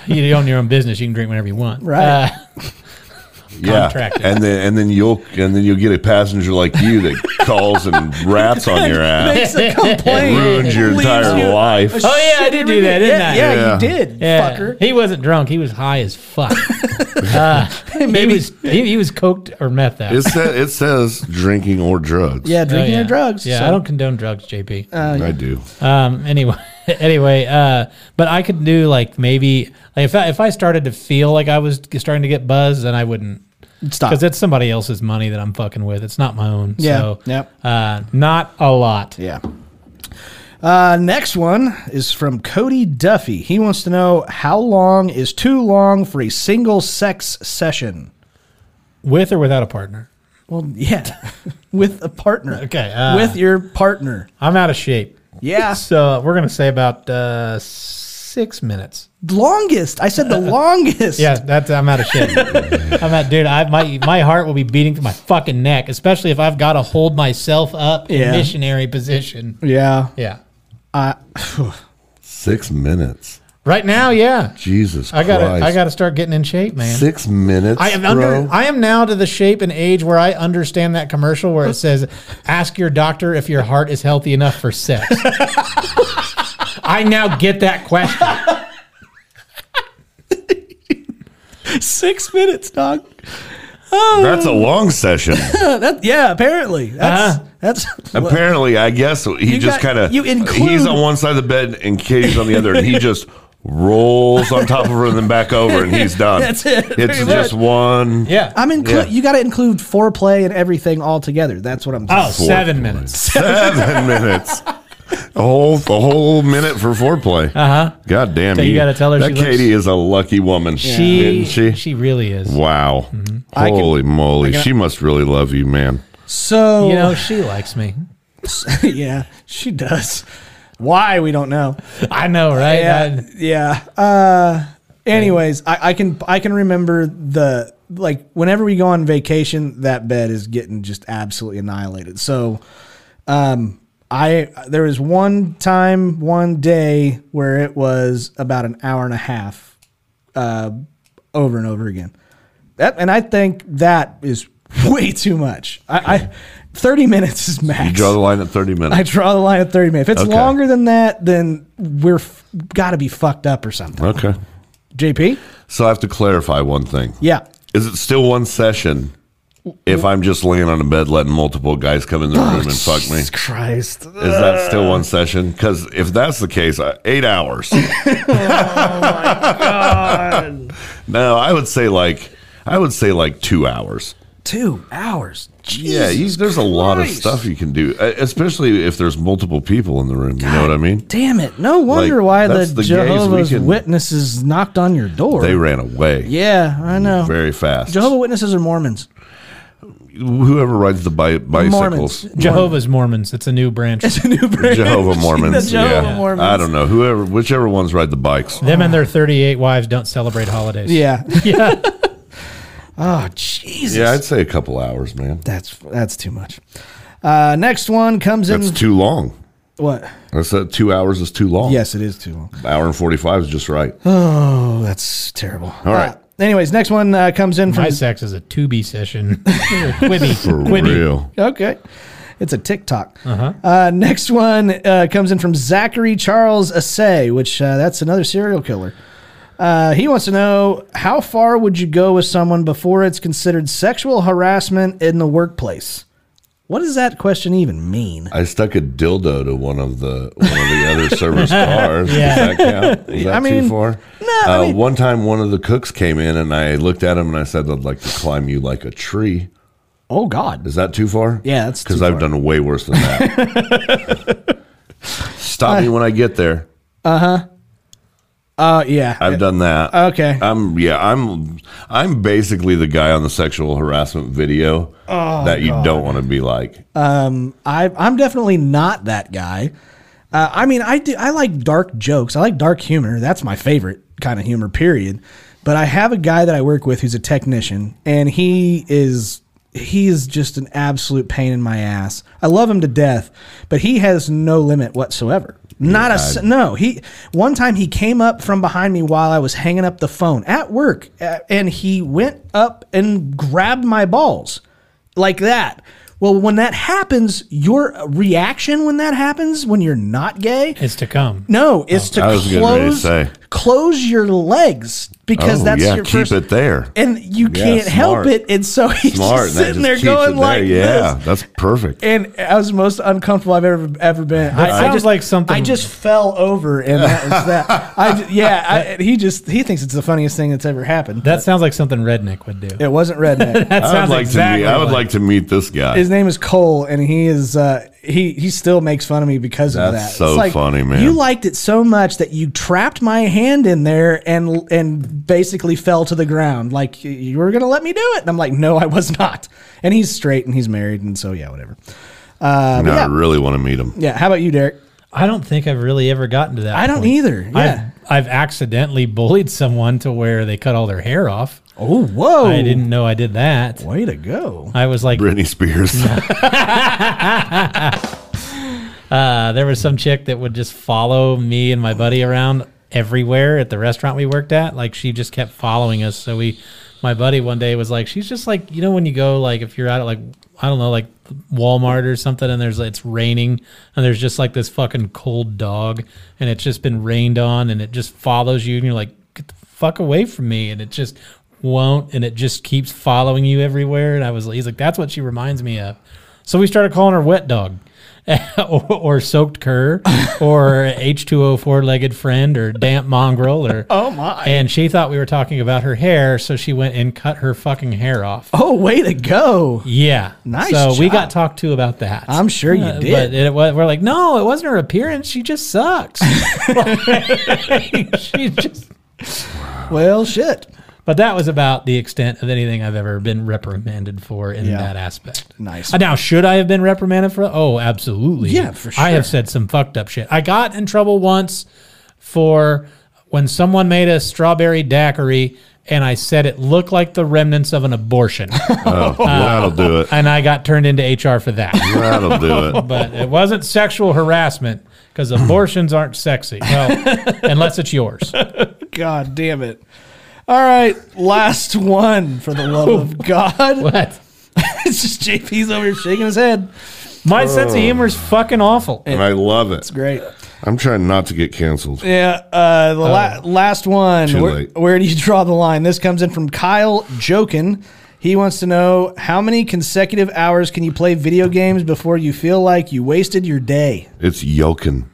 you own your own business. You can drink whenever you want. Right. Uh, yeah. contracted. And then and then you'll and then you'll get a passenger like you that calls and rats on your it's ass. a complaint. Ruins your Leaves entire you- life. Oh yeah, I did do that, didn't yeah, I? Yeah, Yeah. you did, Yeah. fucker. He wasn't drunk. He was high as fuck. uh, he was he, he was coked or meth out. It says it says drinking or drugs. Yeah, Oh, drinking yeah. your drugs. Yeah, so- Uh. I don't condone drugs, JP. I do. Um. Anyway, anyway. Uh. But I could do like maybe like if I, if I started to feel like I was starting to get buzzed, then I wouldn't stop. because it's somebody else's money that I'm fucking with. It's not my own. Ah. Yeah, So, yep. Uh. Not a lot. Yeah. Uh, next one is from Cody Duffy. He wants to know how long is too long for a single sex session? With or without a partner. Well, yeah, with a partner. Okay, uh, with your partner. I'm out of shape. Yeah. So we're gonna say about uh, six minutes. longest. I said the longest. Yeah, that's I'm out of shape. I'm out, dude. I, my my heart will be beating through my fucking neck, especially if I've got to hold myself up in Yeah. missionary position. Yeah. Yeah, Six minutes. right now, yeah. Jesus I gotta Christ. I gotta start getting in shape, man. six minutes. I am bro? under. I am now to the shape and age where I understand that commercial where it says, "Ask your doctor if your heart is healthy enough for sex." I now get that question. Six minutes, dog. That's a long session. Uh, That, yeah, apparently. That's Uh-huh. that's Apparently, I guess he got- just kind of you include- he's on one side of the bed and Katie's on the other, and he just rolls on top of her and then back over, and he's done. That's it, It's pretty just one. Yeah. I'm include Yeah. you got to include foreplay and everything all together. That's what I'm oh, saying. seven minutes. seven minutes. A whole a whole minute for foreplay. Uh huh. God damn Uh-huh. So you gotta tell her that she looks- Katie is a lucky woman. She, Mm-hmm. isn't she? she really is. wow. Holy moly! She must really love you, man. So, You know, she likes me. yeah, she does. Why we don't know. I know, right? Yeah, I- yeah. Uh, anyways, I, I can I can remember the like whenever we go on vacation, that bed is getting just absolutely annihilated. So, um, I there was one time, one day where it was about an hour and a half, uh, over and over again. That and I think that is way too much. I, I thirty minutes is max. You draw the line at 30 minutes. I draw the line at 30 minutes. If it's Okay. longer than that, then we're f- got to be fucked up or something. okay. JP? So I have to clarify one thing. Yeah. Is it still one session if I'm just laying on a bed letting multiple guys come in the room and fuck me? Jesus Christ. Is that still one session? Because if that's the case, I, eight hours. oh my god! no, I would say like I would say like two hours. Two hours. yeah, you, Jesus there's a lot of Christ. stuff you can do, e- especially if there's multiple people in the room. You know what I mean? Damn it. No wonder Like, why the, that's the gays we Jehovah's can- Witnesses knocked on your door. They ran away yeah, I know. very fast. Jehovah's Witnesses are Mormons. Whoever rides the bi- bicycles, Mormons. Jehovah's Mormons. It's a new branch. It's a new brand. Jehovah Mormons, the Jehovah yeah, Mormons. I don't know whoever, whichever ones ride the bikes. Them and their 38 wives don't celebrate holidays. Yeah. Yeah. Oh, Jesus. Yeah, I'd say a couple hours, man. That's that's too much. Uh, next one comes in. That's too long. what? I said two hours is too long. Yes, it is too long. hour and forty five is just right. Oh, that's terrible. All right. anyways, next one uh, comes in from My sex is a Tubi session. Quibi. For Quibi. real. Okay. It's a TikTok. Uh-huh. next one uh, comes in from Zachary Charles Assay, which uh, that's another serial killer. Uh, he wants to know how far would you go with someone before it's considered sexual harassment in the workplace? What does that question even mean? I stuck a dildo to one of the one of the other server's cars. Does that count? Is that I mean, too far? No. Uh, one time, one of the cooks came in, and I looked at him and I said, "I'd like to climb you like a tree." Oh God! Is that too far? Yeah, that's because too I've far. done way worse than that. Stop me when I get there. Uh, yeah. Uh, I've done that. okay. I'm yeah, I'm I'm basically the guy on the sexual harassment video Oh, that you don't want to be like. Uh, Um, I, I'm definitely not that guy. Uh, I mean, I do. I like dark jokes. I like dark humor. That's my favorite kind of humor. Period. But I have a guy that I work with who's a technician, and he is he is just an absolute pain in my ass. I love him to death, but he has no limit whatsoever. Not a s- no. He one time he came up from behind me while I was hanging up the phone at work, uh, and he went up and grabbed my balls like that. Well, when that happens, your reaction when that happens, when you're not gay, Is to come. no, it's to I Oh, was getting ready to close say. close your legs because Oh, that's yeah, your keep first. it there. And you Yeah, can't help smart. it, and so he's Smart. just and that sitting just there keeps it going like yeah, this. that's perfect. And I was the most uncomfortable I've ever ever been. I, I sounds just like something- I just fell over, and that was that. I ju- yeah. I, and he just he thinks it's the funniest thing that's ever happened. That sounds like something redneck would do. it wasn't redneck. That I would sounds like exactly to meet, I would like, like to meet this guy. His name is Cole, and he is uh, he he still makes fun of me because of That's that. so funny, man. You liked it so much that you trapped my hand in there and and basically fell to the ground. Like you were gonna let me do it, and I'm like, no, I was not. And he's straight and he's married, and so yeah, whatever. no, yeah. I really want to meet him. Yeah, how about you, Derek? I don't think I've really ever gotten to that. I don't point. either. Yeah. I've, I've accidentally bullied someone to where they cut all their hair off. oh, whoa! I didn't know I did that. Way to go! I was like, Britney Spears. uh, there was some chick that would just follow me and my buddy around everywhere at the restaurant we worked at. Like she just kept following us. So we, my buddy one day was like, she's just like, you know, when you go like if you're out at like I don't know like Walmart or something, and there's it's raining and there's just like this fucking cold dog, and it's just been rained on, and it just follows you, and you're like, get the fuck away from me, and it just won't and it just keeps following you everywhere and i was he's like that's what she reminds me of so we started calling her wet dog or, or soaked cur or H2O four legged friend or damp mongrel or oh my and she thought we were talking about her hair so she went and cut her fucking hair off Oh, way to go! yeah Nice so we job. got talked to about that Uh, I'm sure you did. but it, wa- we're like no it wasn't her appearance she just sucks Like, she just Well, shit. But that was about the extent of anything I've ever been reprimanded for in Yeah. that aspect. Nice. Uh, Now, should I have been reprimanded for? Oh, absolutely. Yeah, for I have sure. said some fucked up shit. I got in trouble once for when someone made a strawberry daiquiri and I said it looked like the remnants of an abortion. Oh, that'll do it. and I got turned into HR for that. That'll do it. But it wasn't sexual harassment because abortions aren't sexy. Well, unless it's yours. God damn it. All right, last one for the love of God. Oh, What? it's just JP's over here shaking his head. My sense of humor is fucking awful. And I love it. Great. I'm trying not to get canceled. Yeah, uh, the la- last one. Oh. Too where, late. where do you draw the line? This comes in from Kyle Jokin. He wants to know how many consecutive hours can you play video games before you feel like you wasted your day? It's Jokin.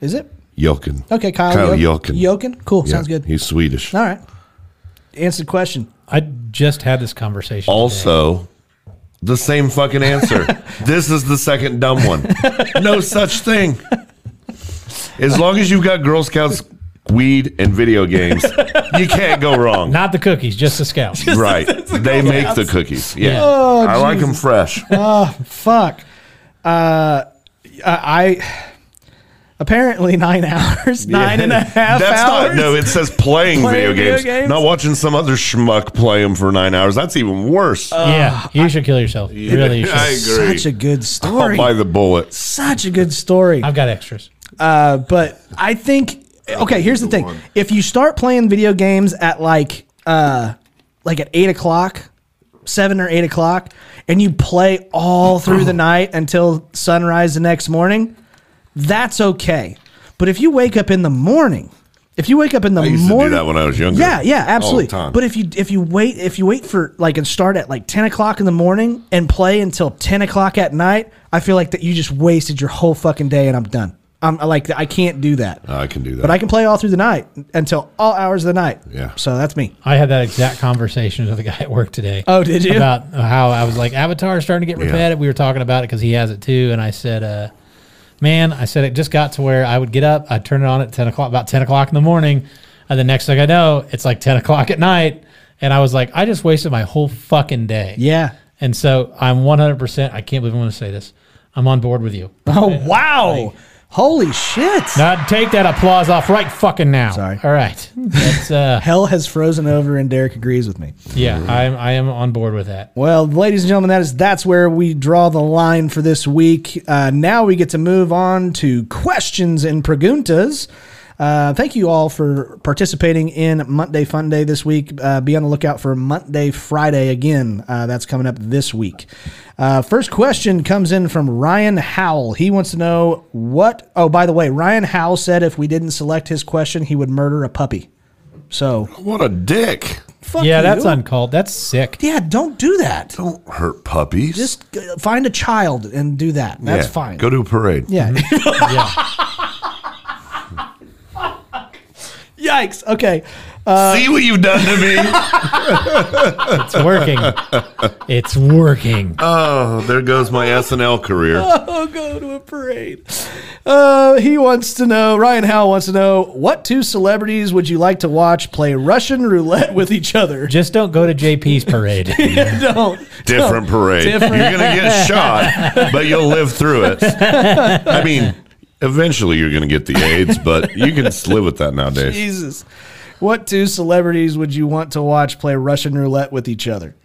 Is it? Jokin. Okay, Kyle, Kyle Jo- Jokin. Jokin? Cool, Yeah, sounds good. He's Swedish. All right. Answered question. I just had this conversation. today. Also, the same fucking answer. this is the second dumb one. No such thing. As long as you've got Girl Scouts, weed, and video games, you can't go wrong. not the cookies, just the scouts. right. They make the cookies. Yeah. Yeah. Oh, I like them fresh. Fuck. Uh, I I- apparently nine hours, nine and a half That's hours. not, no, it says playing, Playing video, video games, games? not watching some other schmuck play them for nine hours. That's even worse. yeah, you should kill yourself. Really, you should. I agree. Uh, Such a good I'll story. buy the bullet. Such a good story. I've got extras. Uh, but I think okay. Here's the thing: if you start playing video games at like uh, like at eight o'clock, seven or eight o'clock, and you play all through the night until sunrise the next morning, that's okay. But if you wake up in the morning, if you wake up in the I used morning, to do that when I was younger. yeah, yeah, All absolutely. the time. But if you if you wait if you wait for like and start at like ten o'clock in the morning and play until ten o'clock at night, I feel like that you just wasted your whole fucking day and I'm done. I'm like I can't do that. Oh, I can do that. but I can play all through the night until all hours of the night. Yeah. So that's me. I had that exact conversation with a guy at work today. Oh, did you? About how I was like, Avatar is starting to get repetitive. We were talking about it because he has it too. And I said, uh, man, I said it just got to where I would get up, I'd turn it on at 10 o'clock, about 10 o'clock in the morning. And the next thing I know, it's like 10 o'clock at night. And I was like, I just wasted my whole fucking day. Yeah. And so I'm 100%, I can't believe I'm going to say this. I'm on board with you. Oh wow! Holy shit! Now take that applause off right fucking now. Sorry. All right. That's, uh, Hell has frozen over, and Derek agrees with me. yeah, I'm, I am on board with that. Well, ladies and gentlemen, that is that's where we draw the line for this week. Uh, now we get to move on to questions and preguntas. Uh, thank you all for participating in Monday Fun Day this week. Uh, be on the lookout for Monday Friday again. Uh, that's coming up this week. Uh, first question comes in from Ryan Howell. He wants to know what. Oh, by the way, Ryan Howell said if we didn't select his question, he would murder a puppy. So, what a dick. fuck yeah, you. that's uncalled. That's sick. yeah, don't do that Don't hurt puppies. just g- find a child and do that. That's Yeah, fine. Go to a parade. yeah. Mm-hmm. Yikes. Okay. See what you've done to me. It's working. it's working. oh, there goes my SNL career. Oh, go to a parade. Uh, he wants to know, Ryan Howell wants to know, what two celebrities would you like to watch play Russian roulette with each other? Just don't go to JP's parade. Don't. Different parade. You're gonna get shot, but you'll live through it. I mean, eventually you're gonna get the AIDS, but you can live with that nowadays. Jesus. What two celebrities would you want to watch play Russian roulette with each other?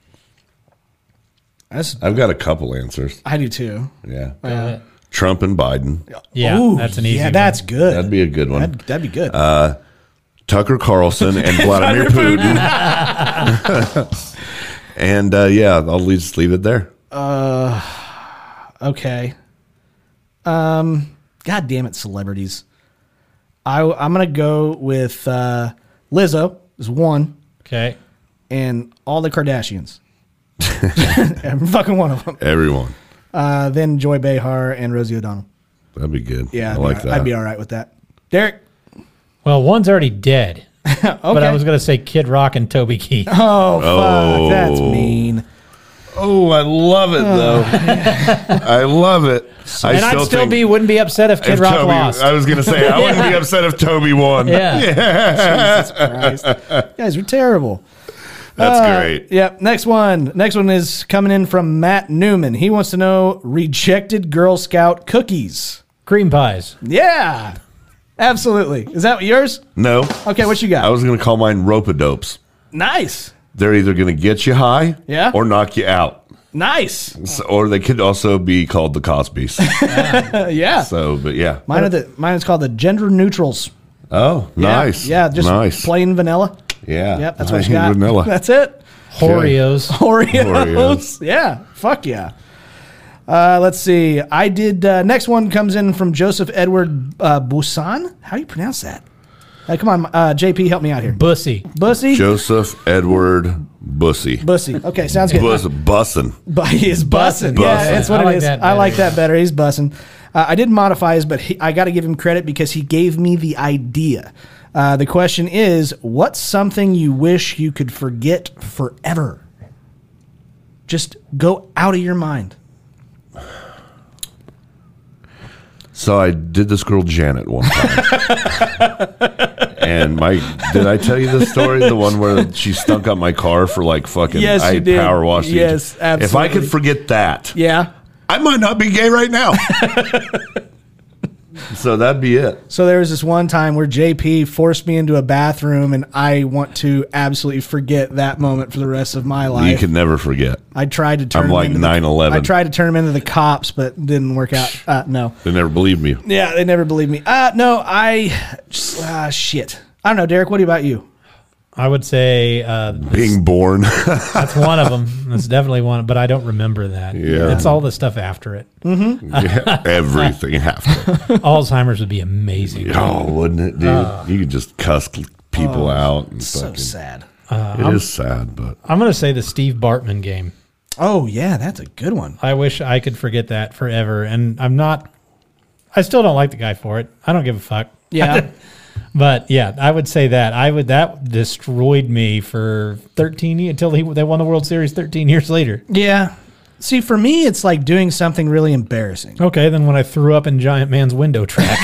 That's, I've got a couple answers. I do too. Yeah. Trump and Biden. yeah, Ooh, that's an easy. Yeah, one. that's good. That'd be a good one. That'd, that'd be good. Tucker Carlson and Vladimir Putin. and uh, yeah, I'll just leave it there. Okay. Um, God damn it, celebrities. I I'm gonna go with uh, Lizzo is one, okay. and all the Kardashians. Every fucking one of them. Everyone. Uh, then Joy Behar and Rosie O'Donnell. That'd be good. Yeah, I I'd, like be, that. I'd be all right with that. Derek. Well, one's already dead, Okay. but I was gonna say Kid Rock and Toby Keith. oh, fuck, Oh. that's mean. Oh, I love it though. I love it. I and I'd still think be wouldn't be upset if Kid if Rock Toby, lost. I was gonna say I Uh, wouldn't be upset if Toby won. yeah. Christ. You guys are terrible. That's great. Yep. Next one. Next one is coming in from Matt Newman. He wants to know rejected Girl Scout cookies. Cream pies. Yeah. Absolutely. Is that yours? No, Okay, what you I got? was going to call mine rope a dopes. Nice. They're either going to get you high Yeah. or knock you out. Nice. So, or they could also be called the Cosby's. Uh, yeah. so, but yeah. Mine are the mine is called the gender neutrals. Oh, Yeah. nice. Yeah, just nice. plain vanilla. yeah. Yep, that's I what you hate got. Vanilla. That's it. Oreos. Oreos. Oreos. Yeah. Fuck yeah. Uh, let's see. I did. Uh, next one comes in from Joseph Edward uh, Busan. How do you pronounce that? Uh, come on, uh, JP, help me out here. Bussy. Bussy. Joseph Edward Bussy. Bussy. Okay, sounds good. Bus, bussin. But he is bussing. Yeah, Bussin'. that's what I it like is. that I like better. that better. He's bussing. Uh, I did modify his, but he, I got to give him credit because he gave me the idea. Uh, the question is, what's something you wish you could forget forever? Just go out of your mind. So I did this girl Janet one time. and my did I tell you the story? The one where she stunk up my car for like fucking Yes, I you did. power washed. the Yes, engine. If I absolutely. could forget that, Yeah. I might not be gay right now. so that'd be it. So there was this one time where JP forced me into a bathroom, and I want to absolutely forget that moment for the rest of my life. You can never forget. I tried to turn. I'm him like into the- 9/11. I tried to turn him into the cops, but didn't work out. Uh, no. They never believed me. Yeah, they never believed me. Uh no, I just, ah shit. I don't know, Derek. What about you? I would say uh, Being born. that's one of them. That's definitely one, but I don't remember that. Yeah. It's all the stuff after it. Everything happened. Alzheimer's would be amazing. Oh, wouldn't it, dude? you could just cuss people out. And Ah. Oh, So fucking, sad. it is sad, but I'm going to say the Steve Bartman game. Oh yeah, that's a good one. I wish I could forget that forever. And I'm not, I still don't like the guy for it. I don't give a fuck. Yeah. But yeah, I would say that I would that destroyed me for 13 years until he, they won the World Series 13 years later. yeah. See, for me, it's like doing something really embarrassing. Okay, then when I threw up in Giant Man's window track,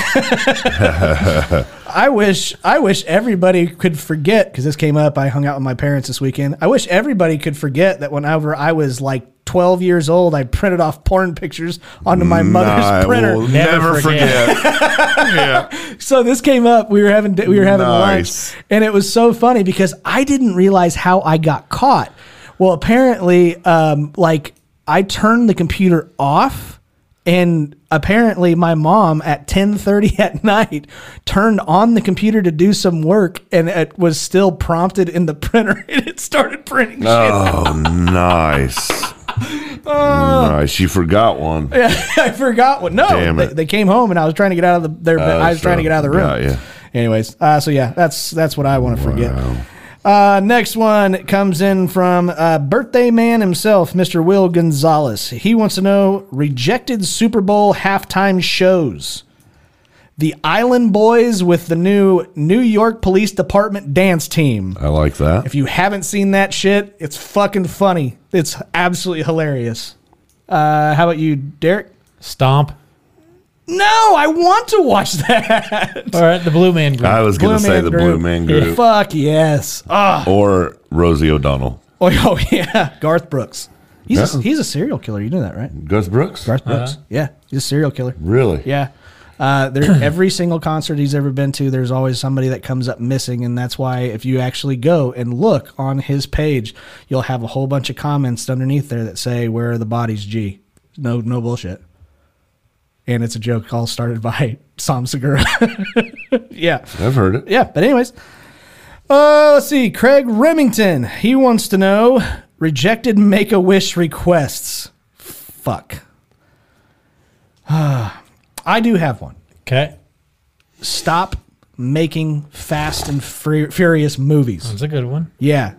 I wish, I wish everybody could forget because this came up. I hung out with my parents this weekend. I wish everybody could forget that whenever I was like 12 years old, I printed off porn pictures onto my mother's I printer. will Never never, forget. yeah. So this came up. We were having we were having Nice. lunch, and it was so funny because I didn't realize how I got caught. Well, apparently, um, like I turned the computer off, and apparently my mom at ten thirty at night turned on the computer to do some work, and it was still prompted in the printer, and it started printing. shit. Oh, nice. Oh. nice. She forgot one. I forgot what. No, Damn they, it. Uh, they came home, and I was trying to get out of the their. bed I was trying to sure. get out of the room. Got ya. Anyways, uh, so yeah, that's that's what I want to forget. Wow. Uh, next one comes in from uh, birthday man himself, Mr. Will Gonzalez. He wants to know rejected Super Bowl halftime shows. The Island Boys with the new New York Police Department dance team. I like that. If you haven't seen that shit, it's fucking funny. It's absolutely hilarious. Uh, how about you, Derek? stomp. No, I want to watch that. All right, the Blue Man Group. I was going to say the Blue Group. Man Group Fuck yes. Oh, or Rosie O'Donnell. oh, oh, yeah, Garth Brooks. He's a, Yeah. he's a serial killer. You know that, right? Gus Brooks? Garth Brooks. Yeah, he's a serial killer. Really? Yeah. Uh, there, every single concert he's ever been to, there's always somebody that comes up missing, and that's why if you actually go and look on his page, you'll have a whole bunch of comments underneath there that say, "Where are the bodies?" G. No, no bullshit. And it's a joke all started by Sam Segura. yeah. I've heard it. Yeah, but anyways. Uh, let's see. Craig Remington. He wants to know rejected make a wish requests. Fuck. I do have one. okay, Stop making fast and fur- furious movies. that's a good one. Yeah.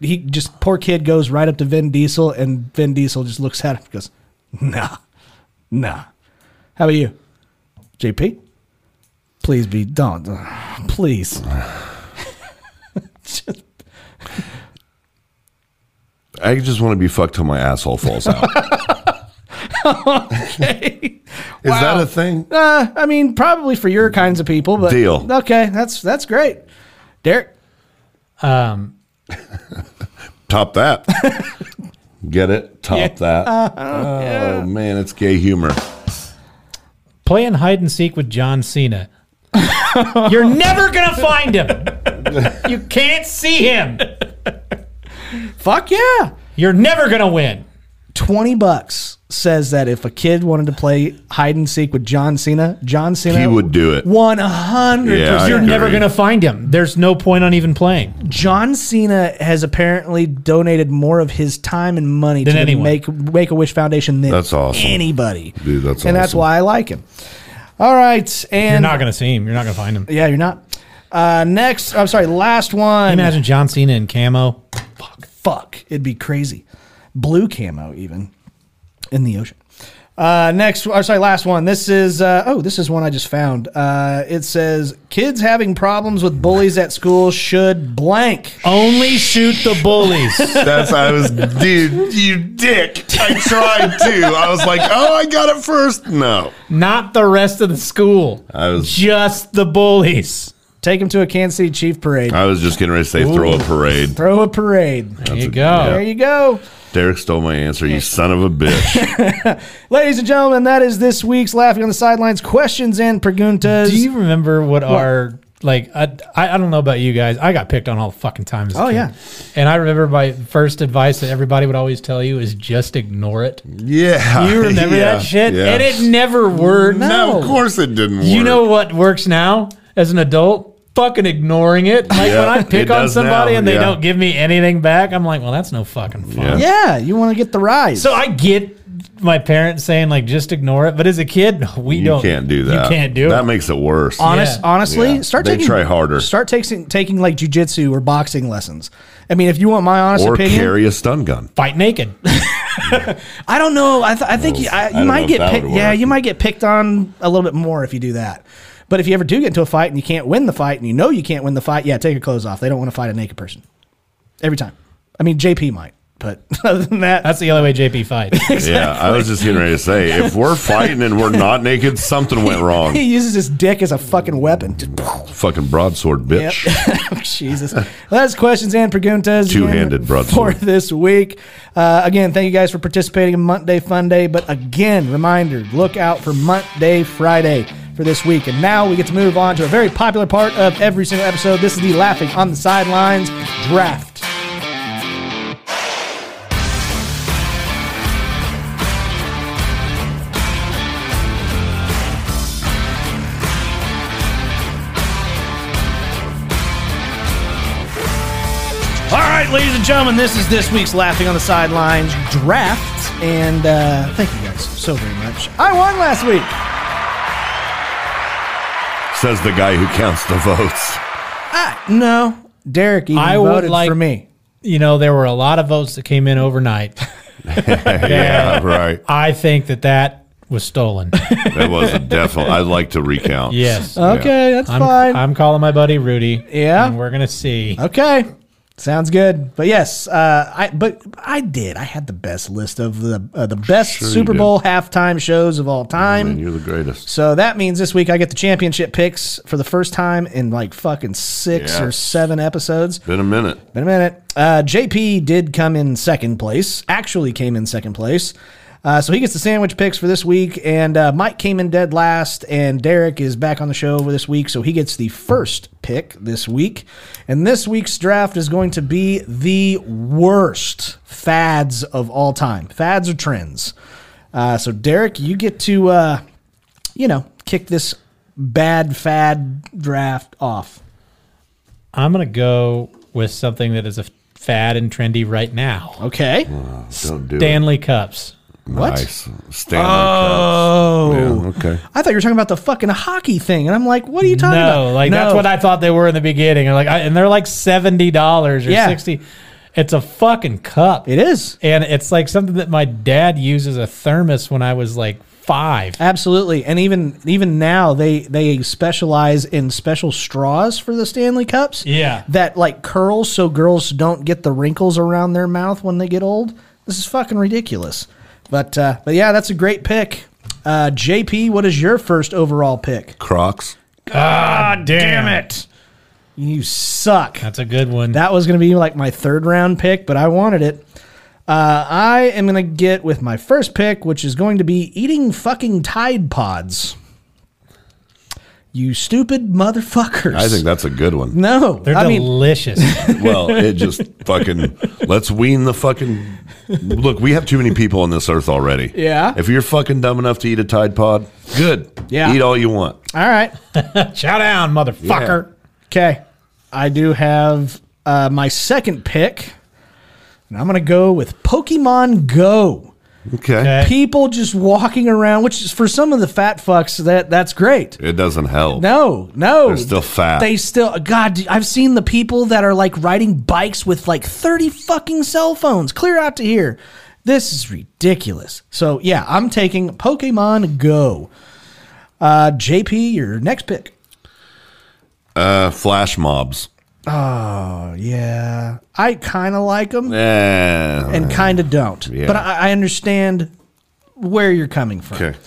He just poor kid goes right up to Vin Diesel and Vin Diesel just looks at him and goes, "Nah. Nah." How about you? JP? Please be don't. Please. Just I just want to be fucked till my asshole falls out. Is that a thing? Uh, I mean, probably for your kinds of people, but Deal. Okay, that's that's great, Derek. top that. Get it? Top that. Uh-huh. oh man, it's gay humor. Playing hide and seek with John Cena. You're never gonna find him. You can't see him. Fuck yeah. You're never gonna win. 20 bucks says that if a kid wanted to play hide and seek with John Cena, John Cena He would do it. 100 Yeah, I You're never agree. gonna find him. There's no point on even playing. John Cena has apparently donated more of his time and money to anyone. the Make Make a Wish Foundation than That's awesome. anybody. Dude, that's and that's awesome. why I like him. All right, and You're not gonna see him. You're not gonna find him. yeah, you're not. Uh, next, I'm sorry, last one. Imagine John Cena in camo. Fuck, it'd be crazy. Blue camo even in the ocean. Uh, next, or sorry, last one. This is uh, oh, this is one I just found. Uh, it says kids having problems with bullies at school should blank. Only shoot the bullies. That's I was dude, you dick. I tried to. I was like, oh, I got it first. No, Not the rest of the school. I was. Just the bullies. Take him to a Kansas City Chief parade. Uh. I was just getting ready to say throw a parade. Throw a parade. There you a- go. There you go. Derek stole my answer. You son of a bitch. Ladies and gentlemen, that is this week's Laughing on the Sidelines questions and preguntas. Do you remember what, our like? I, I I don't know about you guys. I got picked on all the fucking times. as a Oh, kid. yeah. And I remember my first advice that everybody would always tell you is just ignore it. Yeah, You remember Yeah. that shit? Yeah. And it never worked. No, of course it didn't. Work. You know what works now as an adult? Fucking ignoring it. Like Yeah, when I it pick on does somebody now, and they yeah. don't give me anything back, I'm like, well, that's no fucking fun. Yeah. yeah, you want to get the rise. So I get my parents saying like just ignore it, but as a kid, we you don't. can't do that. You can't do that it. makes it worse. Honest, Yeah. honestly, Yeah. start They taking try harder. Start taking taking like jujitsu or boxing lessons. I mean, if you want my honest or opinion, carry a stun gun. Fight naked. I don't know. I, th- I think you, I, I you don't know might if get that picked. would Yeah, work. you might get picked on a little bit more if you do that. But if you ever do get into a fight and you can't win the fight and you know you can't win the fight, yeah, take your clothes off. They don't want to fight a naked person every time. I mean, JP might, but other than that, That's the only way JP fights. Yeah, I was just getting ready to say if we're fighting and we're not naked, something went wrong. he uses his dick as a fucking weapon. Just- Fucking broadsword bitch. Oh, Jesus. Well, that's questions and preguntas. again Two-handed For broadsword. this week. Uh, again, thank you guys for participating in Monday Fun Day. But again, reminder look out for Monday Friday for this week. And now we get to move on to a very popular part of every single episode. This is the Laughing on the Sidelines draft. All right, ladies and gentlemen, this is this week's Laughing on the Sidelines draft. And uh, thank you guys so very much. I won last week. Says the guy who counts the votes. No, Derek even I would voted like- for me. you know, there were a lot of votes that came in overnight. yeah, right. I think that that was stolen. That was a definite. I'd like to recount. Yes. Yeah. Okay, that's I'm, fine. I'm calling my buddy Rudy. Yeah? And we're going to see. Okay. Sounds good. But yes, uh, I but I did. I had the best list of the uh, the best you Super did. Bowl halftime shows of all time. Man, you're the greatest. so that means this week I get the championship picks for the first time in like fucking six or Yes. seven episodes. Been a minute. Been a minute. Uh, JP did come in second place. Actually, came in second place. Uh, so he gets the sandwich picks for this week, and uh, Mike came in dead last, and Derek is back on the show for this week, so he gets the first pick this week. And this week's draft is going to be the worst fads of all time, fads or trends. Uh, so Derek, you get to, uh, you know, kick this bad fad draft off. I'm going to go with something that is a fad and trendy right now Okay. Don't do Stanley Cups. it. What? Nice. Stanley oh. Yeah, okay. I thought you were talking about the fucking hockey thing, and I'm like, what are you talking about? No, like that's what I thought they were in the beginning. And like, I, and they're like seventy dollars or Yeah. sixty. It's a fucking cup, It is and it's like something that my dad used as a thermos when I was like five. absolutely, and even even now they they specialize in special straws for the Stanley Cups. Yeah. that like curl so girls don't get the wrinkles around their mouth when they get old. This is fucking ridiculous. But uh, but yeah, that's a great pick. Uh, JP, what is your first overall pick? Crocs. Damn it! You suck. That's a good one. That was going to be like my third round pick, but I wanted it. Uh, I am going to get with my first pick, which is going to be eating fucking Tide Pods. You stupid motherfuckers. I think that's a good one. No. They're I mean, delicious. Well, it just fucking let's wean the fucking look. We have too many people on this earth already. Yeah. If you're fucking dumb enough to eat a Tide Pod, good. Yeah. Eat all you want. all right. Chow down, motherfucker. Okay. I do have uh, my second pick, and I'm going to go with Pokemon Go. Okay. Okay. People just walking around, which is for some of the fat fucks, that that's great. It doesn't help. No, no. They're still fat. They still, God, I've seen the people that are like riding bikes with like 30 fucking cell phones clear out to here. This is ridiculous. So, yeah, I'm taking Pokemon Go. Uh, JP, your next pick. uh, flash mobs. Oh, yeah. I kind of like them Eh. and kind of don't. Yeah. But I, I understand where you're coming from. okay.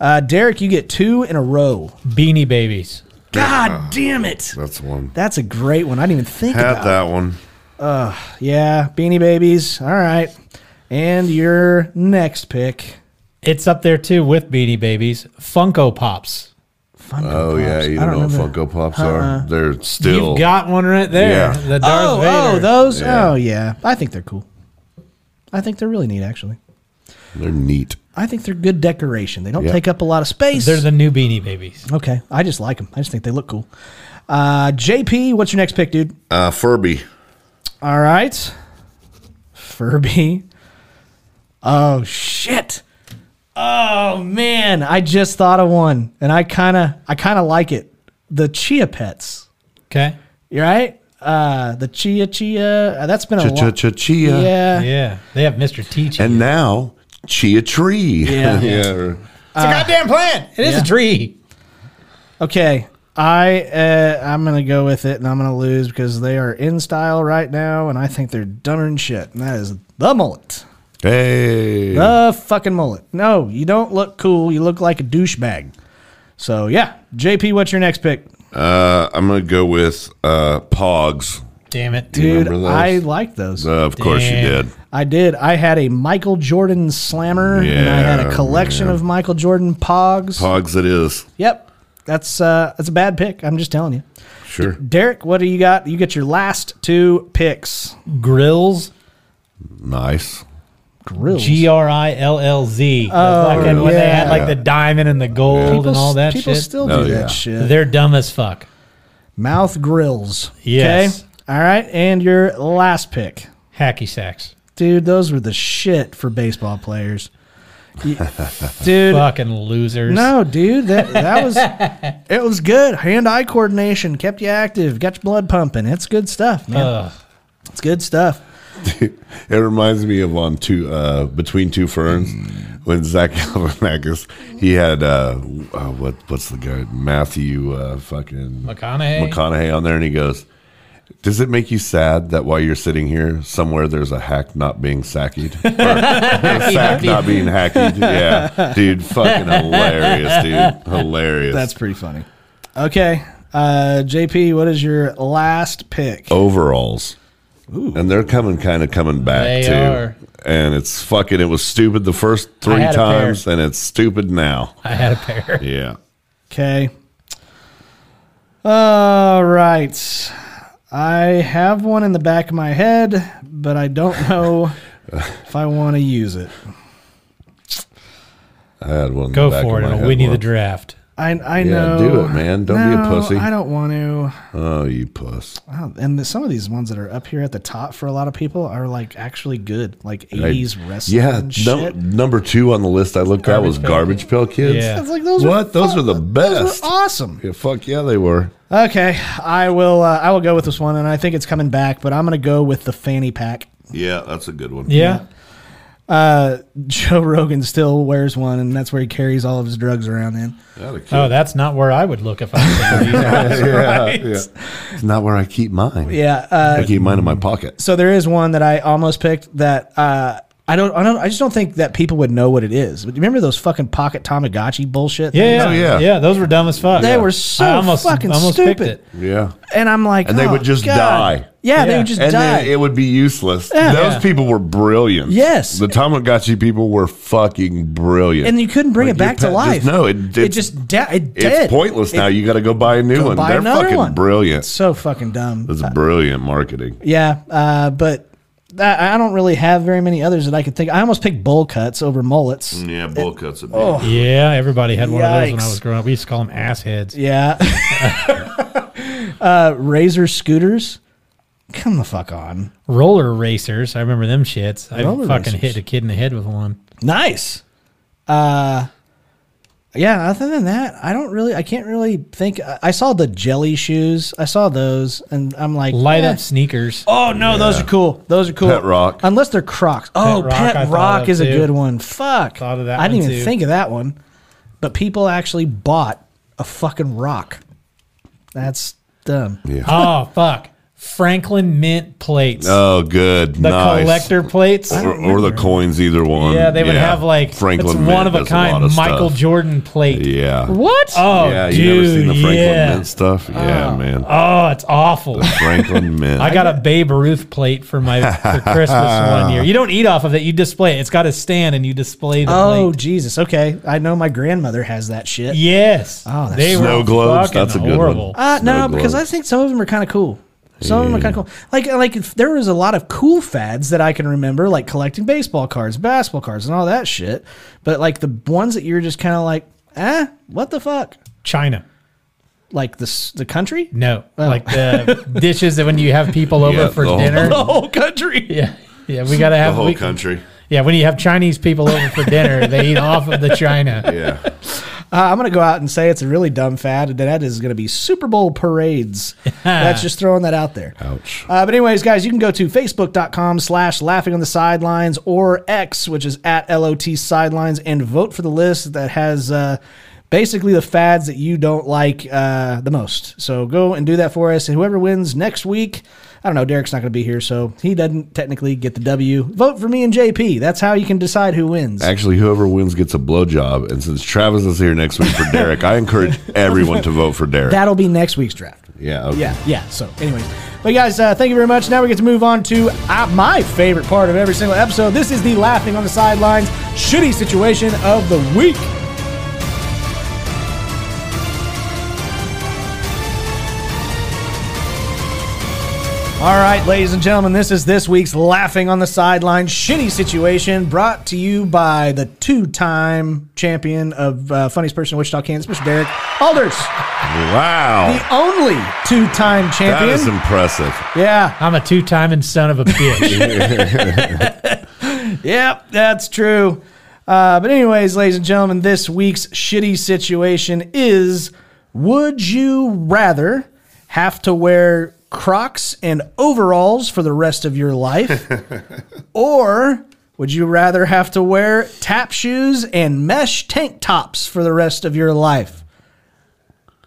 Uh, Derek, you get two in a row. Beanie babies. God damn it. That's one. That's a great one. I didn't even think uh, Had about that one. Yeah, Beanie Babies. All right. And your next pick. It's up there too with Beanie Babies. Funko Pops. Funko Oh yeah, you I don't, know remember. Uh-uh. what Funko Pops are. They're still. You've got one right there. Yeah. The Darth oh, Vader. oh, those. Yeah. Oh, yeah. I think they're cool. I think they're really neat, actually. they're neat. I think they're good decoration. They don't Yep. take up a lot of space. They're the new Beanie Babies. okay. I just like them. I just think they look cool. Uh, JP, what's your next pick, dude? Uh, Furby. All right. Furby. Oh shit. Oh man, I just thought of one and I kind of I kind of like it. The Chia Pets. Okay. You right? Uh the Chia Chia, uh, that's been a Cha long cha chia. yeah. Yeah. They have Mr. Teach. And now chia tree. Yeah. yeah. Uh, it is a tree. Okay. I uh, I'm gonna go with it, and I'm gonna lose because they are in style right now, and I think they're dumber than shit. And that is the mullet, Hey. the fucking mullet. No, you don't look cool. You look like a douchebag. So yeah, JP, what's your next pick? Uh, I'm gonna go with uh, Pogs. Damn it. Dude, Remember those? I like those. Uh, of course you Damn. did. I did. I had a Michael Jordan slammer, and I had a Yeah, collection of Michael Jordan pogs. Pogs it is. Yep, that's uh, that's a bad pick. I'm just telling you, Sure. Derek. What do you got? You get your last two picks. Grills. Nice. Grills. G R I L L Z. Oh, fucking, When they yeah. had like the diamond and the gold and all that people shit. still do Oh, yeah. that shit. They're dumb as fuck. Mouth grills. Yes. Okay. All right, and your last pick, Hacky sacks. dude. Those were the shit for baseball players, You- dude. Fucking losers. No, dude, that that was it was good. Hand-eye coordination kept you active, got your blood pumping. It's good stuff, man. Ugh. it's good stuff. It reminds me of on two uh, between two ferns when Zach Galifianakis he had uh, uh, what what's the guy Matthew uh, fucking McConaughey. McConaughey on there and he goes. Does it make you sad that while you're sitting here, somewhere there's a hack not being sackied? Or a sack not being hacked? Yeah. Dude, fucking hilarious, dude. Hilarious. That's pretty funny. Okay, uh, JP, what is your last pick? overalls. And they're coming kind of coming back They too. are. And it's fucking it was stupid the first I three had a pair. times and it's stupid now. I had a pair. Yeah. Okay. All right. I have one in the back of my head, but I don't know if I want to use it. I had one. in Go the back for it. of my It'll head win you the once. draft. I I Yeah, know. do it, man. Don't be a No, pussy. I don't want to. Oh, you puss. Wow, and the, some of these ones that are up here at the top for a lot of people are like actually good, like eighties wrestling. Yeah, and num- shit. number two on the list I looked at was Garbage Pail Kids. Yeah. It's like those. What? Were, those are the those best. were awesome. yeah, fuck yeah, they were. Okay, I will. Uh, I will go with this one, and I think it's coming back. But I'm gonna go with the fanny pack. Yeah, that's a good one. Yeah. Uh, Joe Rogan still wears one, and that's where he carries all of his drugs around. In That'd be Oh, cute. that's not where I would look if I was Oh, in these guys. yeah, yeah. It's not where I keep mine. yeah. Uh, I keep mine in my pocket. so there is one that I almost picked that uh, I don't, I don't, I just don't think that people would know what it is. But do you remember those fucking pocket Tamagotchi bullshit? Yeah, things? yeah, Oh, yeah. yeah, Those were dumb as fuck. They Yeah. were so fucking picked stupid. it. Yeah. And I'm like, And they oh, would just God. die. Yeah, they Yeah. would just And die. then it would be useless. Yeah. Those Yeah. people were brilliant. Yes. The Tamagotchi people were fucking brilliant. and you couldn't bring Like, it your back to pet life. Just, no, it, it, it's, just da- it it's dead. pointless now. You got to go buy a new one. buy They're another fucking one. brilliant. So fucking dumb. That's brilliant marketing. Yeah, uh, but that, I don't really have very many others that I could think. I almost picked bowl cuts over mullets. Yeah, bull cuts. Oh, Yeah, everybody had one of those when Yikes. I was growing up. We used to call them ass heads. Yeah. uh, razor scooters. Come the fuck on. Roller racers. I remember them shits. I Roller fucking racers. hit a kid in the head with one. Nice. Uh, yeah. Other than that, I don't really. I can't really think. I, I saw the jelly shoes. I saw those, and I'm like Light eh. up sneakers. Oh no, those are cool. Those are cool. Pet Rock. Unless they're Crocs. Oh, Rock, Pet I Rock, thought of is a too. good one. Fuck. Thought of that I didn't one even too. think of that one. But people actually bought a fucking rock. That's dumb. Oh fuck. Franklin mint plates. oh good. the nice. collector plates. Or, or the coins, either one. Yeah, they would have like Franklin it's Mint one of a does lot kind of Michael stuff. Jordan plate. Yeah. What? Oh, yeah, dude, you never seen the Franklin yeah. Mint stuff? Yeah, man. Oh, it's awful. Franklin Mint. I got a Babe Ruth plate for my for Christmas one year. You don't eat off of it; you display it. It's got a stand, and you display the Oh plate. Jesus. Okay. I know my grandmother has that shit. Yes, Oh, that's- they Snow were globes, fucking that's a good one. horrible. Uh, no, Snow because I globe. think some of them are kind of cool. Some of them are kind of cool. Like like if there was a lot of cool fads that I can remember, like collecting baseball cards, basketball cards, and all that shit. But like the ones that you're just kind of like, eh, what the fuck? China, Like this the country? no, like the dishes that when you have people over Yeah, for the whole- dinner. the whole country. Yeah, yeah, we gotta have the whole we- country. Yeah, when you have Chinese people over for dinner, they eat off of the China. Yeah. Uh, I'm gonna go out and say it's a really dumb fad, and that is gonna be Super Bowl parades. That's just throwing that out there. Ouch. Uh, but anyways, guys, you can go to facebook.com slash laughing on the sidelines or X, which is at LOT sidelines, and vote for the list that has uh, basically the fads that you don't like uh, the most. So go and do that for us. And whoever wins next week, I don't know, Derek's not going to be here, so he doesn't technically get the W. Vote for me and JP. That's how you can decide who wins. Actually, whoever wins gets a blowjob. And since Travis is here next week for Derek, I encourage everyone to vote for Derek. That'll be next week's draft. yeah. Okay. Yeah, yeah. So, anyways, but guys, uh, thank you very much. Now we get to move on to uh, my favorite part of every single episode. This is the laughing on the sidelines shitty situation of the week. All right, ladies and gentlemen, this is this week's laughing on the sidelines shitty situation brought to you by the two-time champion of uh, funniest person in Wichita, Kansas, Mr. Derek Alders, Wow. the only two-time That champion. is impressive. yeah. I'm a two-time and son of a bitch. Yep, that's true. Uh, but anyways, ladies and gentlemen, this week's shitty situation is: Would you rather have to wear Crocs and overalls for the rest of your life, or would you rather have to wear tap shoes and mesh tank tops for the rest of your life?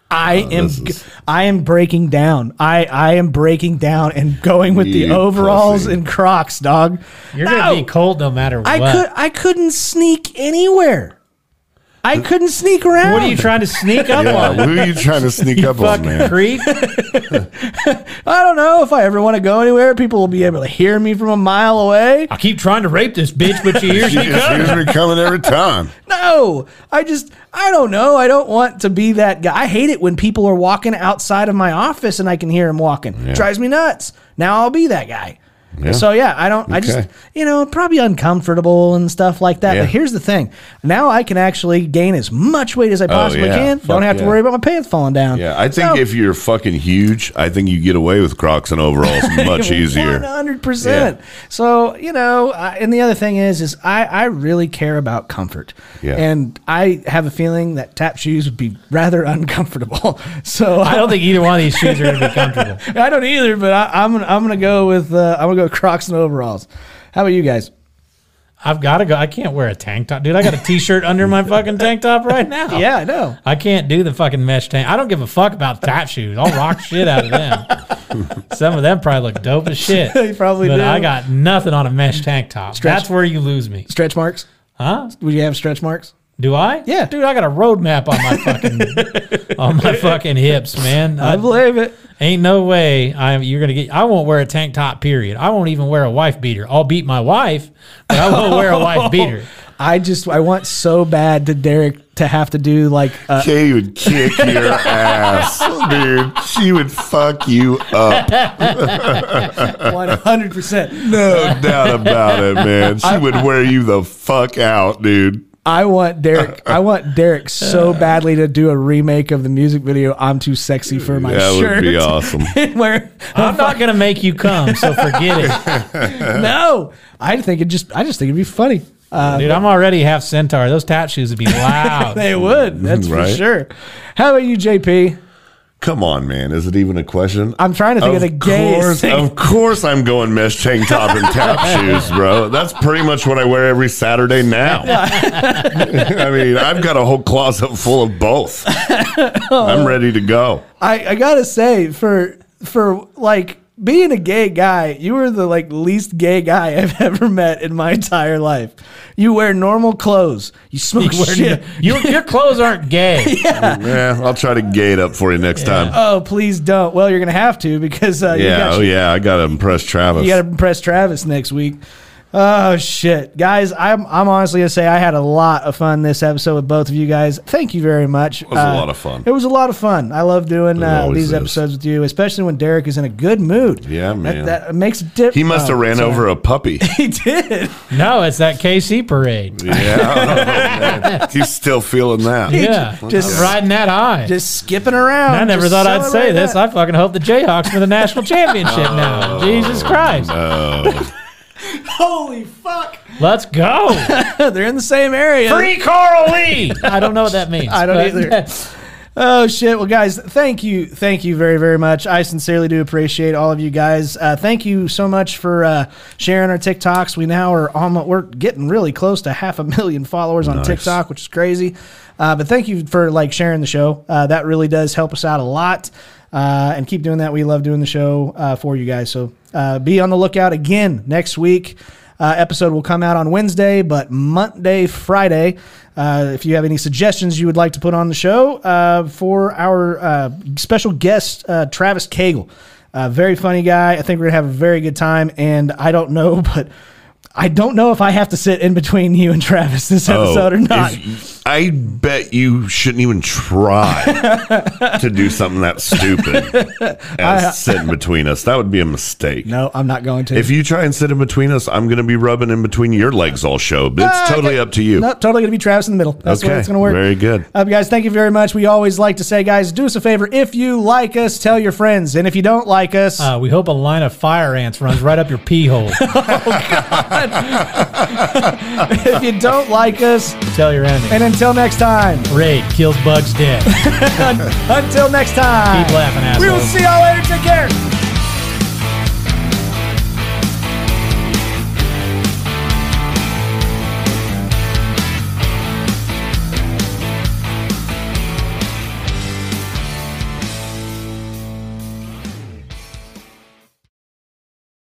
I am Uh, this is- I am breaking down. I I am breaking down and going with the You overalls pussy. and Crocs, dog. You're No. gonna be cold no matter what. I could I couldn't sneak anywhere. I couldn't sneak around. What are you trying to sneak up Yeah. on? Who are you trying to sneak up on, Fucking man? creep. I don't know if I ever want to go anywhere. People will be able to hear me from a mile away. I keep trying to rape this bitch, but she hears She me just coming. hears me coming every time. No, I just I don't know. I don't want to be that guy. I hate it when people are walking outside of my office and I can hear them walking. drives me nuts. Now I'll be that guy. So yeah, I don't. I just Okay. you know probably uncomfortable and stuff like that. Yeah. But here's the thing: now I can actually gain as much weight as I possibly yeah. can. don't Fuck have to yeah. worry about my pants falling down. Yeah, I So- think if you're fucking huge, I think you get away with Crocs and overalls much One easier. hundred percent. So you know, I, and the other thing is, is I I really care about comfort. Yeah. And I have a feeling that tap shoes would be rather uncomfortable. so I I don't think either one of these shoes are gonna be comfortable. don't, I don't either. But I, I'm gonna- I'm gonna go with uh, I'm gonna go Crocs and overalls. How about you guys? I've got to go. I can't wear a tank top, dude. I got a t-shirt under my fucking tank top right now. Yeah, I know. I can't do the fucking mesh tank. I don't give a fuck about tap shoes. I'll rock shit out of them. Some of them probably look dope as shit. They probably but do. I got nothing on a mesh tank top. That's where you lose me. Stretch marks? Huh? Would you have stretch marks? Do I? Yeah. Dude, I got a roadmap on my fucking on my fucking hips, man. I I, believe it. ain't no way I you're gonna get I won't wear a tank top, period. I won't even wear a wife beater. I'll beat my wife, but I won't wear a wife beater. I just I want so bad to Derek to have to do like uh, Kay would kick your ass, dude. She would fuck you up. 100%. No doubt about it, man. She would wear you the fuck out, dude. I want Derek I want Derek so badly to do a remake of the music video I'm too sexy for my That shirt. would be awesome. Where I'm not gonna make you come, so forget it. no, I think it just I just think it'd be funny. Dude, I'm already half centaur. Those tattoos would be loud. Uh, They would, that's for Right. sure. How about you, JP? Come on, man. Is it even a question? I'm trying to think of, the gayest course, thing. Of course, I'm going mesh tank top and tap shoes, bro. That's pretty much what I wear every Saturday now. I mean, I've got a whole closet full of both. I'm ready to go. I, I gotta say, for for like being a gay guy, you were the like least gay guy I've ever met in my entire life. You wear normal clothes. You smoke You wear- shit. you- your clothes aren't gay. Yeah, I'll try to gate up for you next time. Oh, please don't. Well, you're gonna have to because uh, you, yeah, got, oh yeah, I gotta impress Travis. you gotta impress Travis next week. Oh shit, guys! I'm I'm honestly gonna say I had a lot of fun this episode with both of you guys. Thank you very much. It was a lot of fun. It was a lot of fun. I love doing uh, always these is. episodes with you, especially when Derek is in a good mood. Yeah, man. That, that makes a difference. he must have ran over a puppy. He did. No, it's that KC parade. yeah, oh, man. he's still feeling that. Yeah, just- just riding that high. Just skipping around. I never Just thought I'd say celebrating this. that. Oh, I fucking hope the Jayhawks win the national championship now. Jesus Christ, Holy fuck! let's go! They're in the same area. Free Carl Lee. I don't know what that means. I don't either. Oh shit! Well, guys, thank you, thank you very, very much. I sincerely do appreciate all of you guys. Uh, thank you so much for uh, sharing our TikToks. We now are almost we're getting really close to half a million followers on Nice. TikTok, which is crazy. Uh, but thank you for like sharing the show. Uh, that really does help us out a lot. Uh, and keep doing that. We love doing the show uh, for you guys. So uh, be on the lookout again next week. Uh, episode will come out on Wednesday, but Monday, Friday. Uh, if you have any suggestions you would like to put on the show uh, for our uh, special guest, uh, Travis Cagle, uh, very funny guy. I think we're gonna have a very good time, and I don't know, but I don't know if I have to sit in between you and Travis this episode or not. Oh, if- I bet you shouldn't even try to do something that stupid as sitting between us. That would be a mistake. No, I'm not going to. If you try and sit in between us, I'm going to be rubbing in between your legs all show. But it's totally up to you. Ah, No, totally gonna be Travis in the middle. That's okay, what it's gonna work. Very good. Uh, guys, thank you very much. We always like to say, guys, do us a favor. If you like us, tell your friends. And if you don't like us, Uh, we hope a line of fire ants runs right up your pee hole. if you don't like us, Tell your enemy. and until next time, Raid kills bugs dead. Keep until next time, laughing, assholes. we will see y'all later. Take care.